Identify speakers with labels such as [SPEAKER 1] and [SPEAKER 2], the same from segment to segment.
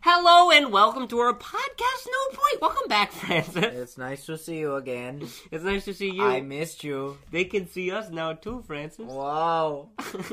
[SPEAKER 1] Hello and welcome to our podcast. No point. Welcome back, Francis.
[SPEAKER 2] It's nice to see you again.
[SPEAKER 1] It's nice to see you.
[SPEAKER 2] I missed you.
[SPEAKER 1] They can see us now too, Francis.
[SPEAKER 2] Wow.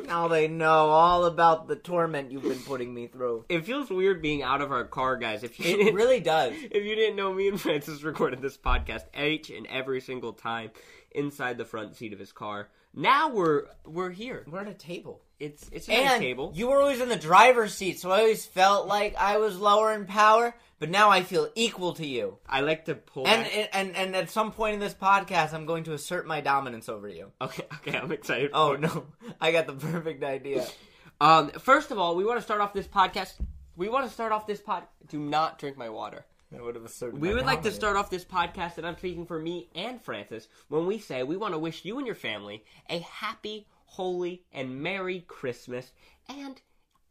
[SPEAKER 2] now they know all about the torment you've been putting me through.
[SPEAKER 1] It feels weird being out of our car, guys. If you
[SPEAKER 2] It
[SPEAKER 1] didn't-
[SPEAKER 2] really does.
[SPEAKER 1] if you didn't know, me and Francis recorded this podcast each and every single time inside the front seat of his car. Now we're we're here.
[SPEAKER 2] We're at a table.
[SPEAKER 1] It's it's a nice
[SPEAKER 2] And
[SPEAKER 1] table.
[SPEAKER 2] you were always in the driver's seat, so I always felt like I was lower in power, but now I feel equal to you.
[SPEAKER 1] I like to pull.
[SPEAKER 2] And,
[SPEAKER 1] back-
[SPEAKER 2] and and at some point in this podcast, I'm going to assert my dominance over you.
[SPEAKER 1] okay, okay, I'm excited.
[SPEAKER 2] Oh no, I got the perfect idea.
[SPEAKER 1] Um, first of all, we want to start off this podcast. We want to start off this pod. Do not drink my water.
[SPEAKER 2] I would have asserted.
[SPEAKER 1] We
[SPEAKER 2] my
[SPEAKER 1] would like to
[SPEAKER 2] dominance.
[SPEAKER 1] start off this podcast, and I'm speaking for me and Francis, when we say we want to wish you and your family a happy, holy, and merry Christmas, and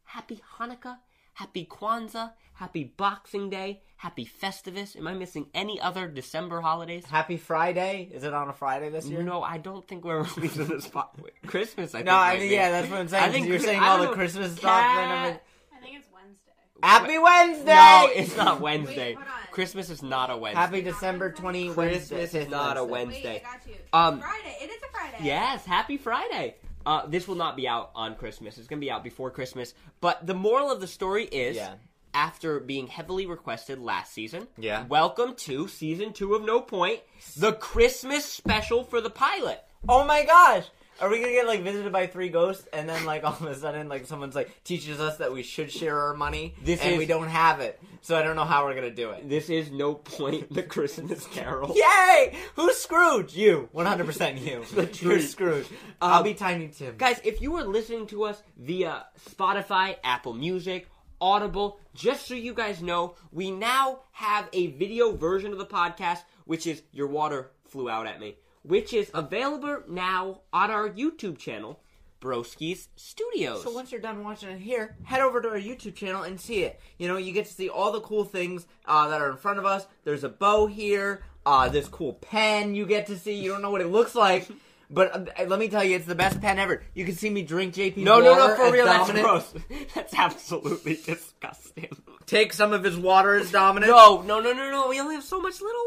[SPEAKER 1] happy Hanukkah, happy Kwanzaa, happy Boxing Day, happy Festivus. Am I missing any other December holidays?
[SPEAKER 2] Happy Friday. Is it on a Friday this year?
[SPEAKER 1] No, I don't think we're releasing this spot. Christmas, I think.
[SPEAKER 2] No, I
[SPEAKER 1] might
[SPEAKER 2] mean,
[SPEAKER 1] be.
[SPEAKER 2] yeah, that's what I'm saying.
[SPEAKER 1] I think
[SPEAKER 2] you're
[SPEAKER 1] Chri-
[SPEAKER 2] saying
[SPEAKER 1] I
[SPEAKER 2] all
[SPEAKER 1] don't
[SPEAKER 2] the
[SPEAKER 1] know.
[SPEAKER 2] Christmas
[SPEAKER 1] Cat-
[SPEAKER 2] stuff. And everything.
[SPEAKER 3] I think it's Wednesday.
[SPEAKER 2] Happy Wednesday!
[SPEAKER 1] No, it's not Wednesday.
[SPEAKER 3] hold on.
[SPEAKER 1] Christmas is not a Wednesday.
[SPEAKER 2] Happy December 20 Wednesday.
[SPEAKER 1] Christmas is not a
[SPEAKER 2] Wednesday.
[SPEAKER 1] Wednesday.
[SPEAKER 3] Wait, I got you.
[SPEAKER 1] Um,
[SPEAKER 3] Friday. It is a Friday.
[SPEAKER 1] Yes, happy Friday. Uh, this will not be out on Christmas. It's going to be out before Christmas. But the moral of the story is
[SPEAKER 2] Yeah.
[SPEAKER 1] after being heavily requested last season,
[SPEAKER 2] Yeah.
[SPEAKER 1] welcome to season two of No Point, the Christmas special for the pilot.
[SPEAKER 2] Oh my gosh! Are we gonna get like visited by three ghosts and then like all of a sudden like someone's like teaches us that we should share our money
[SPEAKER 1] This
[SPEAKER 2] and
[SPEAKER 1] is-
[SPEAKER 2] we don't have it, so I don't know how we're gonna do it.
[SPEAKER 1] This is No Point, the Christmas Carol.
[SPEAKER 2] Yay! Who's Scrooge? You, one hundred percent you. You're
[SPEAKER 1] truth. Um,
[SPEAKER 2] Scrooge. I'll be Tiny Tim.
[SPEAKER 1] Guys, if you are listening to us via Spotify, Apple Music, Audible, just so you guys know, we now have a video version of the podcast, which is Your Water Flew Out at Me, which is available now on our YouTube channel, Broski's Studios.
[SPEAKER 2] So once you're done watching it here, head over to our YouTube channel and see it. You know, you get to see all the cool things uh, that are in front of us. There's a bow here. Uh, this cool pen you get to see. You don't know what it looks like, but uh, let me tell you, it's the best pen ever. You can see me drink JP.
[SPEAKER 1] no, no, no,
[SPEAKER 2] water
[SPEAKER 1] for
[SPEAKER 2] as
[SPEAKER 1] real, that's
[SPEAKER 2] dominant.
[SPEAKER 1] gross. That's absolutely disgusting. Oh,
[SPEAKER 2] Take some of his water as dominant.
[SPEAKER 1] No, no, no, no, no, we only have so much little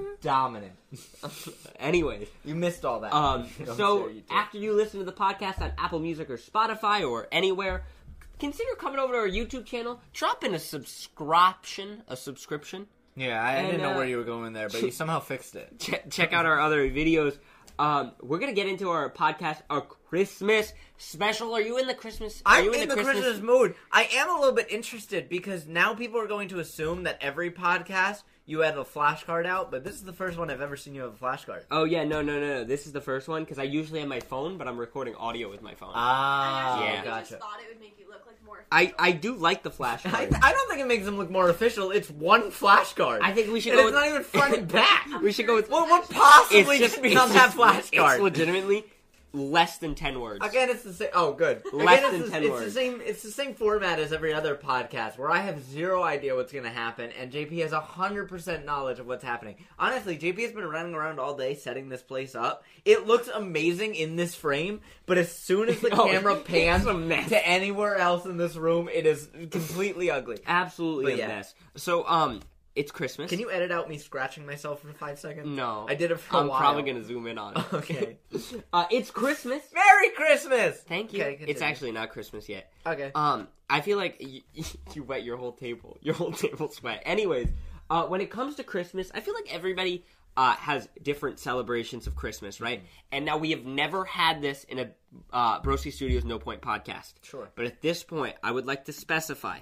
[SPEAKER 1] water.
[SPEAKER 2] dominant.
[SPEAKER 1] Anyways,
[SPEAKER 2] You missed all that.
[SPEAKER 1] Um,
[SPEAKER 2] Don't
[SPEAKER 1] so
[SPEAKER 2] say you did.
[SPEAKER 1] after you listen to the podcast on Apple Music or Spotify or anywhere, consider coming over to our YouTube channel, dropping a subscription, a subscription.
[SPEAKER 2] yeah, I, I
[SPEAKER 1] and,
[SPEAKER 2] didn't know
[SPEAKER 1] uh,
[SPEAKER 2] where you were going there, but you somehow fixed it.
[SPEAKER 1] Che- check out our other videos. Um, we're gonna get into our podcast, our Christmas special. Are you in the Christmas? Are
[SPEAKER 2] I'm
[SPEAKER 1] you
[SPEAKER 2] in, the Christmas? mood. I am a little bit interested because now people are going to assume that every podcast you had a flashcard out, but this is the first one I've ever seen you have a flashcard.
[SPEAKER 1] Oh yeah, no, no, no, no. This is the first one because I usually have my phone, but I'm recording audio with my phone.
[SPEAKER 2] Ah,
[SPEAKER 3] I
[SPEAKER 1] Yeah.
[SPEAKER 3] actually
[SPEAKER 2] gotcha.
[SPEAKER 3] just thought it would make you look like more.
[SPEAKER 1] I I do like the flash.
[SPEAKER 2] I,
[SPEAKER 1] card.
[SPEAKER 2] I don't think it makes them look more official. It's one flashcard.
[SPEAKER 1] I think we should
[SPEAKER 2] And
[SPEAKER 1] go
[SPEAKER 2] It's
[SPEAKER 1] with-
[SPEAKER 2] not even front and back.
[SPEAKER 1] we should go with.
[SPEAKER 2] what what possibly
[SPEAKER 1] it's just
[SPEAKER 2] could be on that
[SPEAKER 1] it's- It's
[SPEAKER 2] flashcard?
[SPEAKER 1] legitimately less than ten words.
[SPEAKER 2] Again, it's the same. Oh, good. Again,
[SPEAKER 1] Less
[SPEAKER 2] it's
[SPEAKER 1] than
[SPEAKER 2] the,
[SPEAKER 1] 10
[SPEAKER 2] it's
[SPEAKER 1] words.
[SPEAKER 2] the same. It's the same format as every other podcast, where I have zero idea what's going to happen, and JP has hundred percent knowledge of what's happening. Honestly, JP has been running around all day setting this place up. It looks amazing in this frame, but as soon as the
[SPEAKER 1] Oh,
[SPEAKER 2] camera
[SPEAKER 1] it's
[SPEAKER 2] pans
[SPEAKER 1] a mess.
[SPEAKER 2] to anywhere else in this room, it is completely ugly.
[SPEAKER 1] absolutely
[SPEAKER 2] But
[SPEAKER 1] a
[SPEAKER 2] yeah.
[SPEAKER 1] mess. So um, it's Christmas.
[SPEAKER 2] Can you edit out me scratching myself for five seconds?
[SPEAKER 1] No,
[SPEAKER 2] I did it for a
[SPEAKER 1] I'm
[SPEAKER 2] while.
[SPEAKER 1] probably gonna zoom in on it.
[SPEAKER 2] Okay.
[SPEAKER 1] uh, it's Christmas.
[SPEAKER 2] Merry Christmas.
[SPEAKER 1] Thank you.
[SPEAKER 2] Okay,
[SPEAKER 1] it's
[SPEAKER 2] continue.
[SPEAKER 1] actually not Christmas yet.
[SPEAKER 2] okay.
[SPEAKER 1] Um, I feel like you, you wet your whole table. Your whole table sweat. Anyways, uh, when it comes to Christmas, I feel like everybody uh, has different celebrations of Christmas, right? And now we have never had this in a uh, Broski Studios No Point podcast.
[SPEAKER 2] Sure.
[SPEAKER 1] But at this point, I would like to specify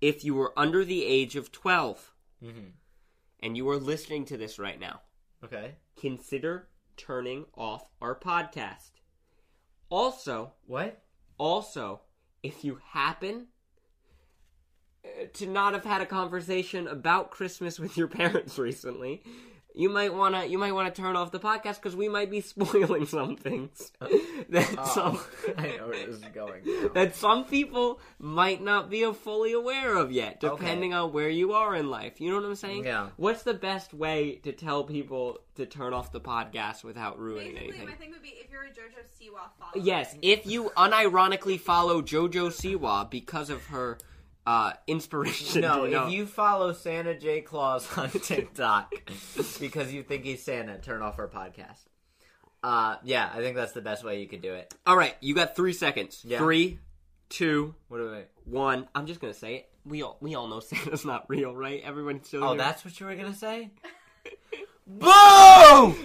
[SPEAKER 1] if you were under the age of 12 and you are listening to this right now,
[SPEAKER 2] okay.
[SPEAKER 1] consider turning off our podcast. Also,
[SPEAKER 2] What?
[SPEAKER 1] Also, if you happen uh, to not have had a conversation about Christmas with your parents recently, you might wanna you might wanna turn off the podcast because we might be spoiling some things that some
[SPEAKER 2] Oh, I know where this is going. now.
[SPEAKER 1] that some people might not be fully aware of yet, depending on where you are in life. You know what I'm saying?
[SPEAKER 2] Yeah.
[SPEAKER 1] What's the best way to tell people to turn off the podcast without ruining
[SPEAKER 3] Basically,
[SPEAKER 1] anything?
[SPEAKER 3] my thing would be if you're a JoJo Siwa follower.
[SPEAKER 1] Yes, if you unironically follow JoJo Siwa because of her uh, inspiration.
[SPEAKER 2] No,
[SPEAKER 1] to know-
[SPEAKER 2] if you follow Santa J. Claus on TikTok because you think he's Santa, turn off our podcast. Uh, yeah, I think that's the best way you could do it.
[SPEAKER 1] All right, you got three seconds.
[SPEAKER 2] Yeah.
[SPEAKER 1] Three, two,
[SPEAKER 2] What do oh, we?
[SPEAKER 1] one. I'm just gonna say it. We all we all know Santa's not real, right? Everyone's still
[SPEAKER 2] Oh,
[SPEAKER 1] here.
[SPEAKER 2] that's what you were gonna say.
[SPEAKER 1] boom.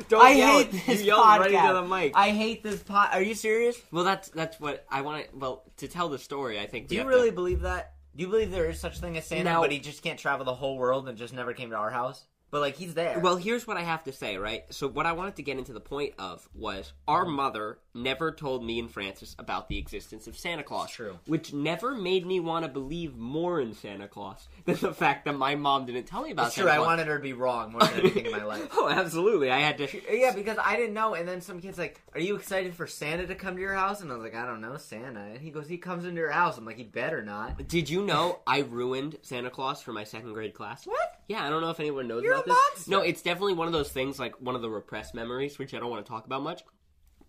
[SPEAKER 2] Don't
[SPEAKER 1] I
[SPEAKER 2] yell.
[SPEAKER 1] hate this
[SPEAKER 2] you yelled
[SPEAKER 1] podcast.
[SPEAKER 2] Right into the mic. I hate this pod. Are you serious?
[SPEAKER 1] well, that's that's what I want to. Well, to tell the story, I think.
[SPEAKER 2] Do
[SPEAKER 1] we
[SPEAKER 2] you
[SPEAKER 1] have
[SPEAKER 2] really
[SPEAKER 1] To,
[SPEAKER 2] believe that? Do you believe there is such thing as Santa,
[SPEAKER 1] No.
[SPEAKER 2] but he just can't travel the whole world and just never came to our house? But like, he's there.
[SPEAKER 1] well, here's what I have to say, right? So, what I wanted to get into the point of was our
[SPEAKER 2] Mm-hmm.
[SPEAKER 1] mother never told me and Francis about the existence of Santa Claus.
[SPEAKER 2] It's true.
[SPEAKER 1] Which never made me want to believe more in Santa Claus than the fact that my mom didn't tell me about
[SPEAKER 2] it's true.
[SPEAKER 1] Santa
[SPEAKER 2] I
[SPEAKER 1] Claus.
[SPEAKER 2] wanted her to be wrong more than anything in my life.
[SPEAKER 1] Oh, absolutely. I had to.
[SPEAKER 2] Yeah, because I didn't know. And then some kid's like, Are you excited for Santa to come to your house? And I was like, I don't know, Santa. And he goes, He comes into your house. I'm like, He better not.
[SPEAKER 1] Did you know I ruined Santa Claus for my second grade class?
[SPEAKER 2] What?
[SPEAKER 1] Yeah, I don't know if anyone knows
[SPEAKER 2] You're
[SPEAKER 1] about
[SPEAKER 2] a
[SPEAKER 1] this.
[SPEAKER 2] monster.
[SPEAKER 1] No, it's definitely one of those things, like one of the repressed memories, which I don't want to talk about much.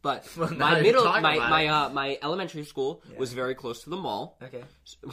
[SPEAKER 1] But
[SPEAKER 2] Well, now
[SPEAKER 1] my
[SPEAKER 2] you're
[SPEAKER 1] middle,
[SPEAKER 2] talking
[SPEAKER 1] my
[SPEAKER 2] about
[SPEAKER 1] my
[SPEAKER 2] it.
[SPEAKER 1] uh, my elementary school was very close to the mall,
[SPEAKER 2] Okay.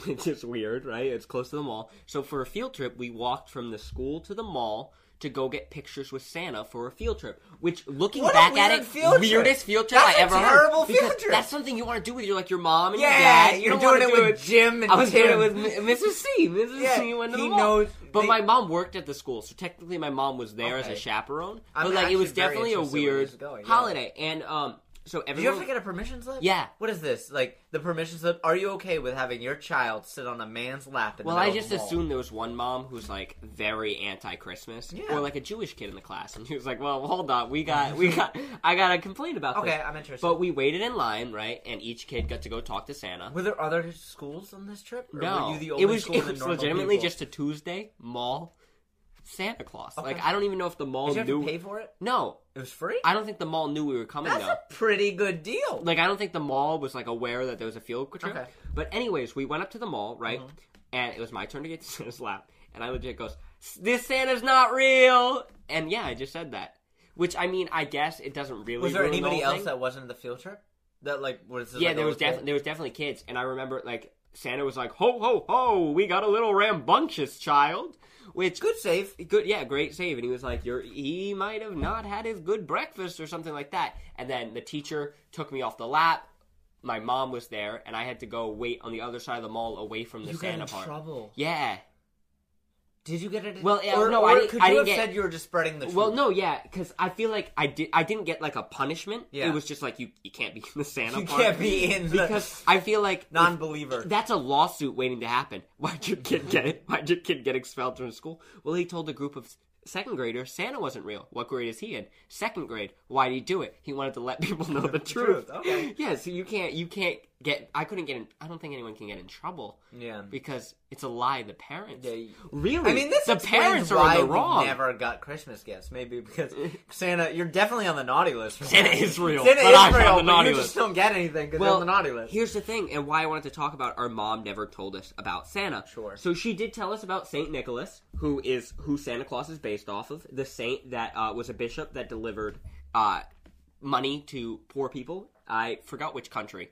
[SPEAKER 1] which is weird, right? It's close to the mall. So for a field trip, we walked from the school to the mall to go get pictures with Santa for a field trip. Which, looking
[SPEAKER 2] What a
[SPEAKER 1] back at
[SPEAKER 2] weird
[SPEAKER 1] it,
[SPEAKER 2] field trip.
[SPEAKER 1] weirdest field trip
[SPEAKER 2] That's
[SPEAKER 1] I
[SPEAKER 2] a
[SPEAKER 1] ever
[SPEAKER 2] terrible
[SPEAKER 1] heard. Because
[SPEAKER 2] field trip.
[SPEAKER 1] That's something you want to do with your like your mom and your
[SPEAKER 2] Yeah,
[SPEAKER 1] dad. You
[SPEAKER 2] you're
[SPEAKER 1] don't wanna
[SPEAKER 2] doing it
[SPEAKER 1] do
[SPEAKER 2] with Jim and
[SPEAKER 1] I was doing
[SPEAKER 2] Tim.
[SPEAKER 1] it with M- Mrs. C. Mrs.
[SPEAKER 2] Yeah,
[SPEAKER 1] C went to
[SPEAKER 2] he
[SPEAKER 1] the mall.
[SPEAKER 2] knows-
[SPEAKER 1] but
[SPEAKER 2] they-
[SPEAKER 1] my mom worked at the school, so technically my mom was there as a
[SPEAKER 2] Okay.
[SPEAKER 1] chaperone.
[SPEAKER 2] I'm
[SPEAKER 1] But like it was
[SPEAKER 2] actually very
[SPEAKER 1] definitely a
[SPEAKER 2] interested where this
[SPEAKER 1] weird
[SPEAKER 2] is going, yeah.
[SPEAKER 1] holiday, and um, so
[SPEAKER 2] Did you
[SPEAKER 1] everyone.
[SPEAKER 2] ever get a permission slip?
[SPEAKER 1] Yeah.
[SPEAKER 2] What is this? Like, the permission slip? Are you okay with having your child sit on a man's lap in
[SPEAKER 1] well,
[SPEAKER 2] the
[SPEAKER 1] I
[SPEAKER 2] middle of
[SPEAKER 1] just
[SPEAKER 2] the mall?
[SPEAKER 1] assumed there was one mom who's like very anti-Christmas,
[SPEAKER 2] Yeah.
[SPEAKER 1] or like a Jewish kid in the class, and she was like, "Well, hold on, we got, we got, I gotta complain about this."
[SPEAKER 2] Okay, I'm interested.
[SPEAKER 1] But we waited in line, right? And each kid got to go talk to Santa.
[SPEAKER 2] were there other schools on this trip? Or
[SPEAKER 1] No,
[SPEAKER 2] Were you the only
[SPEAKER 1] it was,
[SPEAKER 2] school
[SPEAKER 1] it
[SPEAKER 2] that
[SPEAKER 1] was
[SPEAKER 2] normal
[SPEAKER 1] legitimately
[SPEAKER 2] people?
[SPEAKER 1] just a Tuesday mall Santa Claus. Like
[SPEAKER 2] Okay.
[SPEAKER 1] I don't even know if the mall
[SPEAKER 2] Did you have
[SPEAKER 1] knew.
[SPEAKER 2] to pay for it?
[SPEAKER 1] No,
[SPEAKER 2] It was free?
[SPEAKER 1] I don't think the mall knew we were coming
[SPEAKER 2] That's
[SPEAKER 1] though.
[SPEAKER 2] a pretty good deal.
[SPEAKER 1] Like I don't think the mall was like aware that there was a field trip.
[SPEAKER 2] Okay. Mm-hmm.
[SPEAKER 1] But anyways, we went up to the mall, right? And it was my turn to get to Santa's lap, and I legit goes, "This Santa's not real." And yeah, I just said that. Which I mean, I guess it doesn't really.
[SPEAKER 2] was there
[SPEAKER 1] ruin the
[SPEAKER 2] anybody
[SPEAKER 1] whole
[SPEAKER 2] else
[SPEAKER 1] thing.
[SPEAKER 2] that wasn't in the field trip? That, like, was this
[SPEAKER 1] Yeah,
[SPEAKER 2] like, "Oh, a
[SPEAKER 1] there was
[SPEAKER 2] local-
[SPEAKER 1] definitely there was definitely kids, and I remember like Santa was like, "Ho ho ho, we got a little rambunctious child," which
[SPEAKER 2] Good save.
[SPEAKER 1] good yeah great save and he was like you're he might have not had his good breakfast or something like that and then the teacher took me off the lap my mom was there and i had to go wait on the other side of the mall away from the
[SPEAKER 2] You got
[SPEAKER 1] santa
[SPEAKER 2] in
[SPEAKER 1] part
[SPEAKER 2] trouble.
[SPEAKER 1] yeah
[SPEAKER 2] Did you get it?
[SPEAKER 1] Well, yeah,
[SPEAKER 2] or,
[SPEAKER 1] no,
[SPEAKER 2] or
[SPEAKER 1] I didn't-
[SPEAKER 2] could
[SPEAKER 1] I
[SPEAKER 2] you
[SPEAKER 1] didn't
[SPEAKER 2] have
[SPEAKER 1] get-
[SPEAKER 2] said you were just spreading the truth?
[SPEAKER 1] well no yeah because i feel like i did i didn't get like a punishment
[SPEAKER 2] Yeah.
[SPEAKER 1] it was just like you you can't be in the santa
[SPEAKER 2] you
[SPEAKER 1] part
[SPEAKER 2] can't be in the
[SPEAKER 1] because i feel like if-
[SPEAKER 2] non-believer.
[SPEAKER 1] that's a lawsuit waiting to happen why'd your kid get it why'd your kid get expelled from school well he told a group of second graders santa wasn't real what grade is he in second grade why'd he do it he wanted to let people know the truth,
[SPEAKER 2] truth, okay.
[SPEAKER 1] yeah so you can't you can't get i couldn't get in i don't think anyone can get in trouble
[SPEAKER 2] yeah.
[SPEAKER 1] because it's a lie the parents
[SPEAKER 2] Yeah, you-
[SPEAKER 1] really
[SPEAKER 2] I mean, this
[SPEAKER 1] the
[SPEAKER 2] explains
[SPEAKER 1] parents are
[SPEAKER 2] why
[SPEAKER 1] in the
[SPEAKER 2] we
[SPEAKER 1] wrong
[SPEAKER 2] Never got Christmas gifts, maybe because Santa. You're definitely on the naughty list. for
[SPEAKER 1] Santa
[SPEAKER 2] that.
[SPEAKER 1] is real,
[SPEAKER 2] Santa
[SPEAKER 1] but
[SPEAKER 2] is
[SPEAKER 1] I'm on
[SPEAKER 2] real,
[SPEAKER 1] the
[SPEAKER 2] but
[SPEAKER 1] naughty
[SPEAKER 2] you
[SPEAKER 1] list.
[SPEAKER 2] just don't get anything because you're on the naughty list.
[SPEAKER 1] Here's the thing, and why I wanted to talk about our mom never told us about Santa.
[SPEAKER 2] Sure.
[SPEAKER 1] So she did tell us about Saint Nicholas, who is who Santa Claus is based off of, the saint that uh, was a bishop that delivered uh, money to poor people. I forgot which country,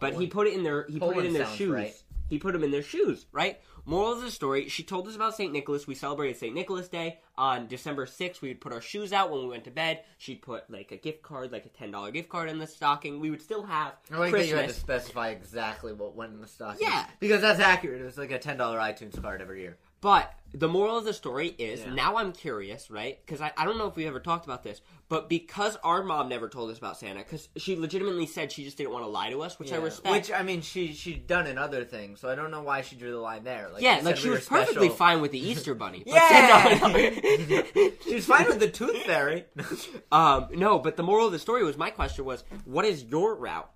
[SPEAKER 1] but he put it in their he put it
[SPEAKER 2] Poland
[SPEAKER 1] in their
[SPEAKER 2] sounds
[SPEAKER 1] shoes.
[SPEAKER 2] right.
[SPEAKER 1] He put them in their shoes, right? Moral of the story, she told us about St. Nicholas. We celebrated St. Nicholas Day on December 6th. We would put our shoes out when we went to bed. She'd put like a gift card, like a $10 gift card in the stocking. We would still have
[SPEAKER 2] I like that you had to
[SPEAKER 1] Christmas.
[SPEAKER 2] specify exactly what went in the stocking.
[SPEAKER 1] Yeah.
[SPEAKER 2] because that's accurate. It was like a ten dollar iTunes card every year.
[SPEAKER 1] But the moral of the story is
[SPEAKER 2] Yeah.
[SPEAKER 1] now I'm curious, right? Because I, I don't know if we ever talked about this, but because our mom never told us about Santa, because she legitimately said she just didn't want to lie to us, which I
[SPEAKER 2] Yeah.
[SPEAKER 1] respect.
[SPEAKER 2] Which uh, I mean, she she'd done in other things, so I don't know why she drew the line there. Like,
[SPEAKER 1] yeah,
[SPEAKER 2] said
[SPEAKER 1] like she
[SPEAKER 2] we were
[SPEAKER 1] was perfectly
[SPEAKER 2] special.
[SPEAKER 1] fine with the Easter Bunny. but
[SPEAKER 2] Yeah!
[SPEAKER 1] Santa-
[SPEAKER 2] She was fine with the tooth fairy.
[SPEAKER 1] Um, no, but the moral of the story was my question was, what is your route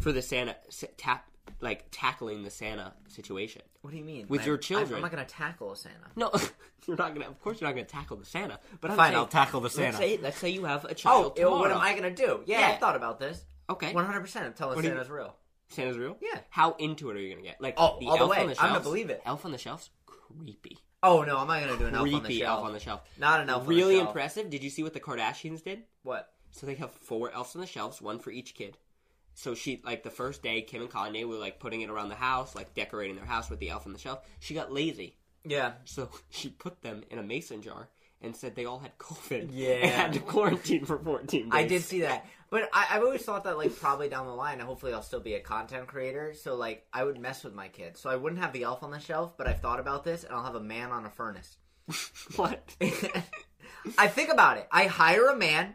[SPEAKER 1] for the Santa s- tap like tackling the Santa situation.
[SPEAKER 2] What do you mean?
[SPEAKER 1] With
[SPEAKER 2] I-
[SPEAKER 1] your
[SPEAKER 2] I-
[SPEAKER 1] children.
[SPEAKER 2] I'm not gonna tackle a Santa.
[SPEAKER 1] No, you're not gonna. Of course, you're not gonna tackle the Santa. But I'm
[SPEAKER 2] Fine,
[SPEAKER 1] saying-
[SPEAKER 2] I'll tackle the
[SPEAKER 1] Let's
[SPEAKER 2] Santa.
[SPEAKER 1] say, let's say you have a
[SPEAKER 2] Oh,
[SPEAKER 1] child.
[SPEAKER 2] ew, what
[SPEAKER 1] tomorrow.
[SPEAKER 2] am I gonna do? Yeah, I
[SPEAKER 1] Yeah.
[SPEAKER 2] thought about this.
[SPEAKER 1] Okay.
[SPEAKER 2] 100%. I'm telling
[SPEAKER 1] What do you-
[SPEAKER 2] Santa's real.
[SPEAKER 1] Santa's real?
[SPEAKER 2] Yeah.
[SPEAKER 1] How into it are you gonna get? Like
[SPEAKER 2] Oh, all the way.
[SPEAKER 1] on the
[SPEAKER 2] I'm
[SPEAKER 1] shelf.
[SPEAKER 2] gonna believe it.
[SPEAKER 1] Elf on the shelf's creepy.
[SPEAKER 2] Oh no, I'm not gonna do an elf on the
[SPEAKER 1] creepy
[SPEAKER 2] shelf.
[SPEAKER 1] elf on the shelf.
[SPEAKER 2] Not an elf. on the
[SPEAKER 1] really
[SPEAKER 2] shelf.
[SPEAKER 1] impressive. Did you see what the Kardashians did?
[SPEAKER 2] What?
[SPEAKER 1] So they have four elves on the shelves, one for each kid. So she like the first day, Kim and Kanye were like putting it around the house, like decorating their house with the elf on the shelf. She got lazy,
[SPEAKER 2] Yeah.
[SPEAKER 1] so she put them in a mason jar and said they all had COVID.
[SPEAKER 2] Yeah.
[SPEAKER 1] and had to quarantine for fourteen days.
[SPEAKER 2] I did see that, but I, I've always thought that like probably down the line, hopefully I'll still be a content creator. So like I would mess with my kids. So I wouldn't have the elf on the shelf, but I've thought about this, and I'll have a man on a furnace.
[SPEAKER 1] what?
[SPEAKER 2] I think about it. I hire a man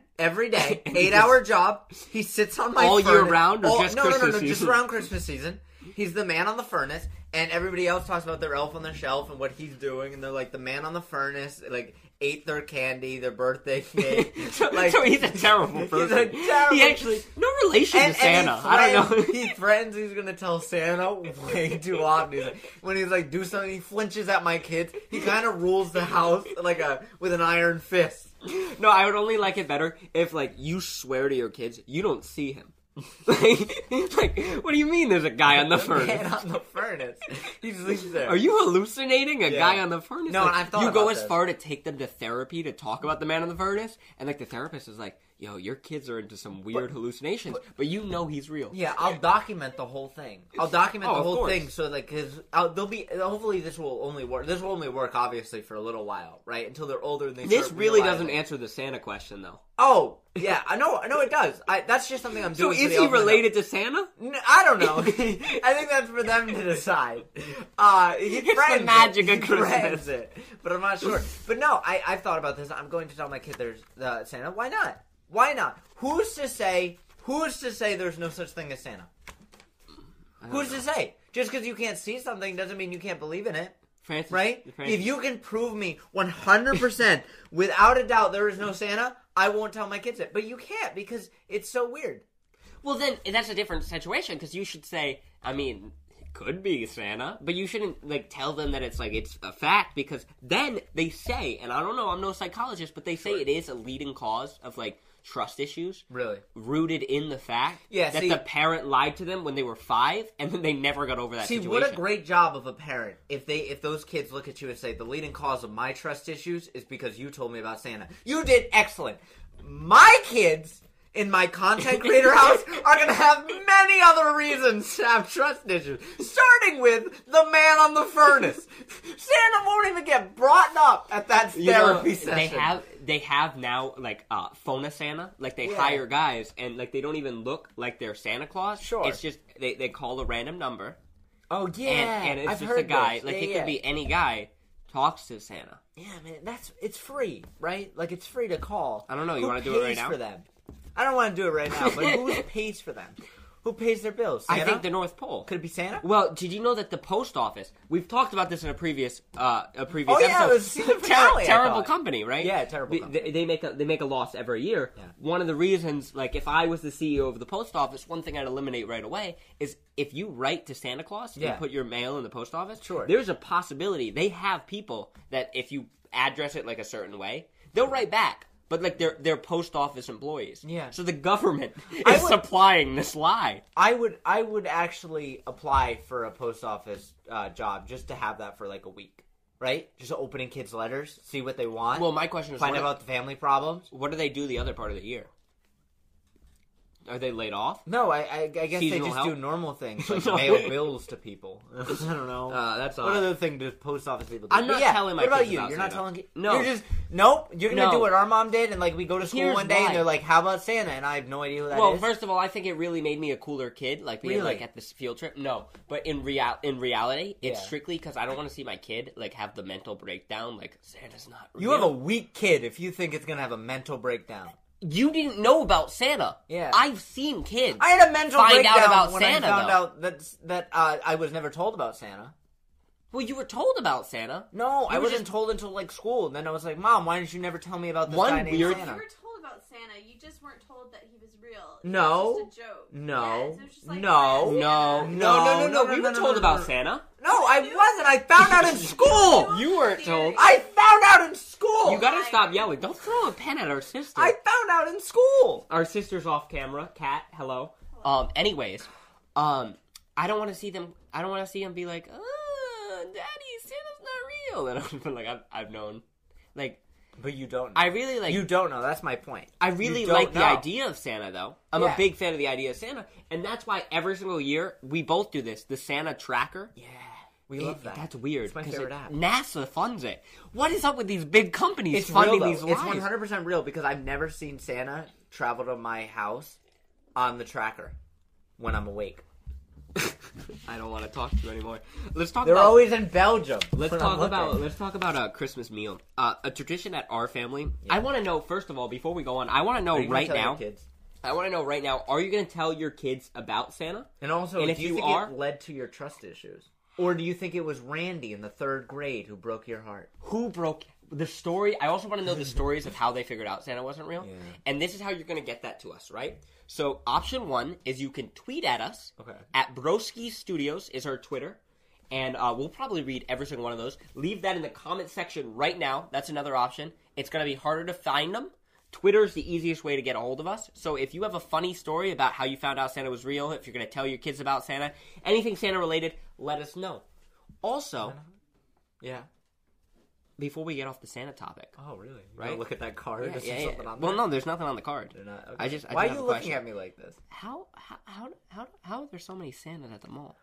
[SPEAKER 2] every day, eight hour job. He sits on my
[SPEAKER 1] All year
[SPEAKER 2] furnace-
[SPEAKER 1] round or
[SPEAKER 2] all-
[SPEAKER 1] just
[SPEAKER 2] no, no, no,
[SPEAKER 1] Christmas
[SPEAKER 2] no, just
[SPEAKER 1] season?
[SPEAKER 2] around Christmas season. He's the man on the furnace, and everybody else talks about their elf on the shelf and what he's doing, and they're like the man on the furnace, like ate their candy, their birthday cake.
[SPEAKER 1] so,
[SPEAKER 2] like,
[SPEAKER 1] so he's a terrible
[SPEAKER 2] he's a
[SPEAKER 1] person.
[SPEAKER 2] terrible-
[SPEAKER 1] He actually no relation to Santa.
[SPEAKER 2] he
[SPEAKER 1] I don't
[SPEAKER 2] threatens-
[SPEAKER 1] know.
[SPEAKER 2] he threatens he's gonna tell Santa way too often. He's like, when he's like, do something, he flinches at my kids. He kind of rules the house like a with an iron fist.
[SPEAKER 1] No, I would only like it better if like you swear to your kids you don't see him. like, like, what do you mean? There's a guy on the
[SPEAKER 2] Man
[SPEAKER 1] furnace.
[SPEAKER 2] on the furnace. He just leaves there.
[SPEAKER 1] Are you hallucinating a
[SPEAKER 2] Yeah.
[SPEAKER 1] guy on the furnace?
[SPEAKER 2] No,
[SPEAKER 1] Like,
[SPEAKER 2] and I've thought
[SPEAKER 1] you go
[SPEAKER 2] about
[SPEAKER 1] as
[SPEAKER 2] this.
[SPEAKER 1] far to take them to therapy to talk about the man on the furnace, and like the therapist is like, "Yo, your kids are into some weird hallucinations, but, you know he's real."
[SPEAKER 2] Yeah, I'll document the whole thing. I'll document
[SPEAKER 1] Oh,
[SPEAKER 2] the
[SPEAKER 1] of
[SPEAKER 2] whole
[SPEAKER 1] course.
[SPEAKER 2] thing so like because they'll be hopefully this will only work. This will only work obviously for a little while, right? Until they're older and they.
[SPEAKER 1] This
[SPEAKER 2] start
[SPEAKER 1] really
[SPEAKER 2] realizing-
[SPEAKER 1] doesn't answer the Santa question though.
[SPEAKER 2] Oh yeah, I know. I know it does. I, that's just something I'm
[SPEAKER 1] So
[SPEAKER 2] doing. for
[SPEAKER 1] is
[SPEAKER 2] the
[SPEAKER 1] he
[SPEAKER 2] alphabet.
[SPEAKER 1] related to Santa?
[SPEAKER 2] N- I don't know. I think that's for them to decide. Uh, he
[SPEAKER 1] the
[SPEAKER 2] friends it.
[SPEAKER 1] magic of
[SPEAKER 2] He friends
[SPEAKER 1] Christmas.
[SPEAKER 2] it, but I'm not sure. But no, I, I've thought about this. I'm going to tell my kid there's uh, Santa. Why not? Why not? Who's to say? Who's to say there's no such thing as Santa? Who's to say? Just because you can't see something doesn't mean you can't believe in it,
[SPEAKER 1] Francis,
[SPEAKER 2] right?
[SPEAKER 1] Francis-
[SPEAKER 2] If you can prove me 100% without a doubt there is no Santa, I won't tell my kids it. But you can't because it's so weird.
[SPEAKER 1] Well, then that's a different situation because you should say, I mean, it could be Santa, but you shouldn't like tell them that it's like it's a fact because then they say, and I don't know, I'm no psychologist, but they say it is a leading cause of like trust issues.
[SPEAKER 2] Really?
[SPEAKER 1] Rooted in the fact
[SPEAKER 2] Yeah,
[SPEAKER 1] that
[SPEAKER 2] see-
[SPEAKER 1] the parent lied to them when they were five, and then they never got over that
[SPEAKER 2] See,
[SPEAKER 1] situation.
[SPEAKER 2] what a great job of a parent if they if those kids look at you and say the leading cause of my trust issues is because you told me about Santa. You did excellent. My kids in my content creator house are gonna have many other reasons to have trust issues, starting with the man on the furnace. Santa won't even get brought up at that therapy
[SPEAKER 1] You know,
[SPEAKER 2] session.
[SPEAKER 1] They have they have now like uh phone a Santa. Like they
[SPEAKER 2] Yeah.
[SPEAKER 1] hire guys and like they don't even look like they're Santa Claus.
[SPEAKER 2] Sure.
[SPEAKER 1] It's just they, they call a random number
[SPEAKER 2] oh yeah,
[SPEAKER 1] and, and it's
[SPEAKER 2] I've
[SPEAKER 1] just
[SPEAKER 2] heard
[SPEAKER 1] a guy.
[SPEAKER 2] this.
[SPEAKER 1] Like
[SPEAKER 2] Yeah,
[SPEAKER 1] it
[SPEAKER 2] yeah.
[SPEAKER 1] could be any guy talks to Santa.
[SPEAKER 2] Yeah, man, that's it's free, right? Like it's free to call.
[SPEAKER 1] I don't know, you
[SPEAKER 2] Who
[SPEAKER 1] wanna do it right
[SPEAKER 2] pays
[SPEAKER 1] now?
[SPEAKER 2] For them, I don't want to do it right now. But who pays for them? Who pays their bills?
[SPEAKER 1] I think the
[SPEAKER 2] Santa?
[SPEAKER 1] North Pole.
[SPEAKER 2] could it be Santa?
[SPEAKER 1] well, did you know that the post office? We've talked about this in a previous, uh, a previous
[SPEAKER 2] Oh, yeah, it
[SPEAKER 1] episode.
[SPEAKER 2] was season
[SPEAKER 1] Ter-
[SPEAKER 2] finale, I
[SPEAKER 1] terrible
[SPEAKER 2] thought.
[SPEAKER 1] company, right?
[SPEAKER 2] Yeah, terrible
[SPEAKER 1] They- They,
[SPEAKER 2] company.
[SPEAKER 1] they make a they make a loss every year.
[SPEAKER 2] Yeah.
[SPEAKER 1] One of the reasons, like, if I was the CEO of the post office, one thing I'd eliminate right away is if you write to Santa Claus
[SPEAKER 2] Yeah.
[SPEAKER 1] and put your mail in the post office.
[SPEAKER 2] Sure.
[SPEAKER 1] There's a possibility they have people that if you address it like a certain way, they'll write back. But like they're they're post office employees.
[SPEAKER 2] Yeah.
[SPEAKER 1] So the government is
[SPEAKER 2] I would-
[SPEAKER 1] supplying this lie.
[SPEAKER 2] I would, I would actually apply for a post office uh, job just to have that for like a week, right? Just opening kids' letters, see what they want.
[SPEAKER 1] Well, my question is,
[SPEAKER 2] find
[SPEAKER 1] what-
[SPEAKER 2] out about the family problems.
[SPEAKER 1] What do they do the other part of the year? Are they laid off?
[SPEAKER 2] No, I, I, I guess they
[SPEAKER 1] Seasonal
[SPEAKER 2] just
[SPEAKER 1] help?
[SPEAKER 2] do normal things like
[SPEAKER 1] No.
[SPEAKER 2] mail bills to people. I don't know.
[SPEAKER 1] Uh, that's
[SPEAKER 2] What
[SPEAKER 1] odd.
[SPEAKER 2] other thing does post office people do?
[SPEAKER 1] I'm not
[SPEAKER 2] But yeah,
[SPEAKER 1] telling my
[SPEAKER 2] What about
[SPEAKER 1] kids
[SPEAKER 2] you?
[SPEAKER 1] about
[SPEAKER 2] you're not
[SPEAKER 1] Santa.
[SPEAKER 2] telling. ki-
[SPEAKER 1] No.
[SPEAKER 2] You're just nope. You're gonna
[SPEAKER 1] No.
[SPEAKER 2] do what our mom did, and like we go to school
[SPEAKER 1] Here's
[SPEAKER 2] one day,
[SPEAKER 1] why.
[SPEAKER 2] and they're like, "How about Santa?" And I have no idea who that is.
[SPEAKER 1] well, first of all, I think it really made me a cooler kid, like being
[SPEAKER 2] Really?
[SPEAKER 1] like at this field trip. No, but in real in reality, it's
[SPEAKER 2] Yeah.
[SPEAKER 1] strictly because I don't want to see my kid like have the mental breakdown. Like Santa's not. Real.
[SPEAKER 2] you have a weak kid if you think it's gonna have a mental breakdown.
[SPEAKER 1] You didn't know about Santa.
[SPEAKER 2] Yeah.
[SPEAKER 1] I've seen kids.
[SPEAKER 2] I had a mental
[SPEAKER 1] Find out
[SPEAKER 2] breakdown
[SPEAKER 1] about
[SPEAKER 2] when
[SPEAKER 1] Santa,
[SPEAKER 2] I found
[SPEAKER 1] though.
[SPEAKER 2] out that that uh, I was never told about Santa.
[SPEAKER 1] well, you were told about Santa.
[SPEAKER 2] No, I
[SPEAKER 1] were
[SPEAKER 2] wasn't
[SPEAKER 1] just-
[SPEAKER 2] told until like school, and then I was like, "Mom, why didn't you never tell me about this
[SPEAKER 1] One
[SPEAKER 2] guy named
[SPEAKER 1] weird-
[SPEAKER 3] You
[SPEAKER 2] Santa?"
[SPEAKER 3] were told about Santa. You just weren't told that he was real. It
[SPEAKER 2] No.
[SPEAKER 3] was just a joke.
[SPEAKER 2] No.
[SPEAKER 3] Yes, it was just like,
[SPEAKER 2] No.
[SPEAKER 3] "Where's
[SPEAKER 1] No, no, no,
[SPEAKER 3] Santa?"
[SPEAKER 1] no, no.
[SPEAKER 2] No, no,
[SPEAKER 1] We
[SPEAKER 2] no,
[SPEAKER 1] were
[SPEAKER 2] no,
[SPEAKER 1] told
[SPEAKER 2] no,
[SPEAKER 1] about
[SPEAKER 2] no.
[SPEAKER 1] Santa.
[SPEAKER 2] No, I wasn't. I found out in school.
[SPEAKER 1] You weren't told.
[SPEAKER 2] I found out in school.
[SPEAKER 1] You gotta stop yelling. Don't throw a pen at our sister.
[SPEAKER 2] I found out in school.
[SPEAKER 1] our sister's off camera. Cat, hello. Um. Anyways, um, I don't want to see them. I don't want to see them be like, oh, Daddy, Santa's not real. And I'm been like, I've, I've known. Like,
[SPEAKER 2] But you don't. Know.
[SPEAKER 1] I really like.
[SPEAKER 2] you don't know. That's my point.
[SPEAKER 1] I really
[SPEAKER 2] you don't
[SPEAKER 1] like the
[SPEAKER 2] know.
[SPEAKER 1] idea of Santa, though. I'm
[SPEAKER 2] Yeah.
[SPEAKER 1] a big fan of the idea of Santa, and that's why every single year we both do this. The Santa tracker.
[SPEAKER 2] Yeah, we
[SPEAKER 1] It-
[SPEAKER 2] love that.
[SPEAKER 1] That's weird.
[SPEAKER 2] It's my
[SPEAKER 1] 'cause
[SPEAKER 2] favorite
[SPEAKER 1] it-
[SPEAKER 2] app.
[SPEAKER 1] NASA funds it. What is up with these big companies
[SPEAKER 2] It's
[SPEAKER 1] funding
[SPEAKER 2] real, though.
[SPEAKER 1] these
[SPEAKER 2] It's
[SPEAKER 1] lies?
[SPEAKER 2] one hundred percent real because I've never seen Santa travel to my house on the tracker when I'm awake.
[SPEAKER 1] I don't want to talk to you anymore. Let's talk
[SPEAKER 2] They're
[SPEAKER 1] about
[SPEAKER 2] always in Belgium.
[SPEAKER 1] Oh. Let's
[SPEAKER 2] when I'm
[SPEAKER 1] talk about
[SPEAKER 2] looking.
[SPEAKER 1] let's talk about a Christmas meal. Uh, a tradition at our family. I want to know first of all before we go on. I want to
[SPEAKER 2] Are
[SPEAKER 1] know
[SPEAKER 2] you gonna
[SPEAKER 1] right
[SPEAKER 2] tell your
[SPEAKER 1] now.
[SPEAKER 2] kids.
[SPEAKER 1] I want to know right now. Are you going to tell your kids about Santa?
[SPEAKER 2] And also,
[SPEAKER 1] And if
[SPEAKER 2] do you,
[SPEAKER 1] you
[SPEAKER 2] think
[SPEAKER 1] are-
[SPEAKER 2] it led to your trust issues, or do you think it was Randy in the third grade who broke your heart?
[SPEAKER 1] Who broke the story? I also want to know the stories of how they figured out Santa wasn't real. And this is how you're going to get that to us, right? So option one is you can tweet at us.
[SPEAKER 2] Okay.
[SPEAKER 1] At Broski Studios is our Twitter. And uh, we'll probably read every single one of those. Leave that in the comment section right now. That's another option. It's going to be harder to find them. Twitter's the easiest way to get a hold of us. So if you have a funny story about how you found out Santa was real, if you're going to tell your kids about Santa, anything Santa related, let us know. Also,
[SPEAKER 2] Yeah.
[SPEAKER 1] before we get off the Santa topic,
[SPEAKER 2] Oh, really?
[SPEAKER 1] Right?
[SPEAKER 2] Right. Look at that card.
[SPEAKER 1] Yeah,
[SPEAKER 2] Is
[SPEAKER 1] yeah,
[SPEAKER 2] there
[SPEAKER 1] yeah.
[SPEAKER 2] something on
[SPEAKER 1] Well,
[SPEAKER 2] there?
[SPEAKER 1] no, there's nothing on the card.
[SPEAKER 2] They're not-
[SPEAKER 1] I
[SPEAKER 2] okay.
[SPEAKER 1] just. I
[SPEAKER 2] Why
[SPEAKER 1] just
[SPEAKER 2] are
[SPEAKER 1] have
[SPEAKER 2] you
[SPEAKER 1] a
[SPEAKER 2] looking
[SPEAKER 1] question.
[SPEAKER 2] at me like this?
[SPEAKER 1] How how how how how are there so many Santas at the mall?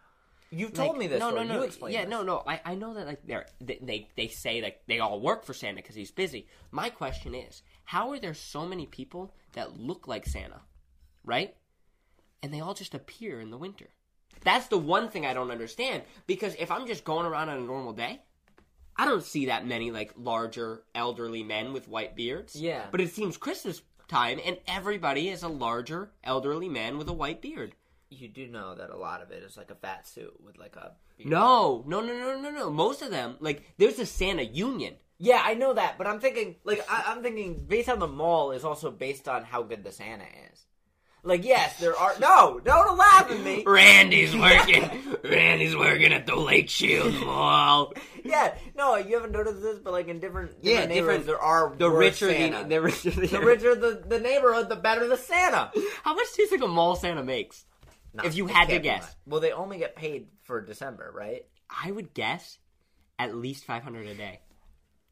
[SPEAKER 2] You've
[SPEAKER 1] Like,
[SPEAKER 2] told me this.
[SPEAKER 1] No,
[SPEAKER 2] story.
[SPEAKER 1] no, no.
[SPEAKER 2] You explained
[SPEAKER 1] yeah,
[SPEAKER 2] this.
[SPEAKER 1] no, no. I, I know that like they're, they they they say like they all work for Santa because he's busy. My question is, how are there so many people that look like Santa, right? And they all just appear in the winter. That's the one thing I don't understand because if I'm just going around on a normal day, I don't see that many like larger elderly men with white beards.
[SPEAKER 2] Yeah.
[SPEAKER 1] But it seems Christmas time and everybody is a larger elderly man with a white beard.
[SPEAKER 2] You do know that a lot of it is like a fat suit with like a.
[SPEAKER 1] No, no, no, no, no, no. Most of them, like, there's a Santa Union.
[SPEAKER 2] Yeah, I know that, but I'm thinking like I, I'm thinking based on the mall is also based on how good the Santa is. Like, yes, there are no, don't laugh at me.
[SPEAKER 1] Randy's working. Randy's working at the Lake Shield Mall.
[SPEAKER 2] Yeah, no, you haven't noticed this, but like in different, different
[SPEAKER 1] Yeah,
[SPEAKER 2] yeah,
[SPEAKER 1] different-
[SPEAKER 2] neighborhoods, there are
[SPEAKER 1] The
[SPEAKER 2] worse
[SPEAKER 1] richer the,
[SPEAKER 2] Santa.
[SPEAKER 1] the richer the,
[SPEAKER 2] The richer the, the neighborhood, the better the Santa.
[SPEAKER 1] How much do you think a mall Santa makes?
[SPEAKER 2] Nah,
[SPEAKER 1] If you
[SPEAKER 2] it
[SPEAKER 1] had to
[SPEAKER 2] can't be
[SPEAKER 1] guess.
[SPEAKER 2] much. well, they only get paid for December, right?
[SPEAKER 1] I would guess at least five hundred a day,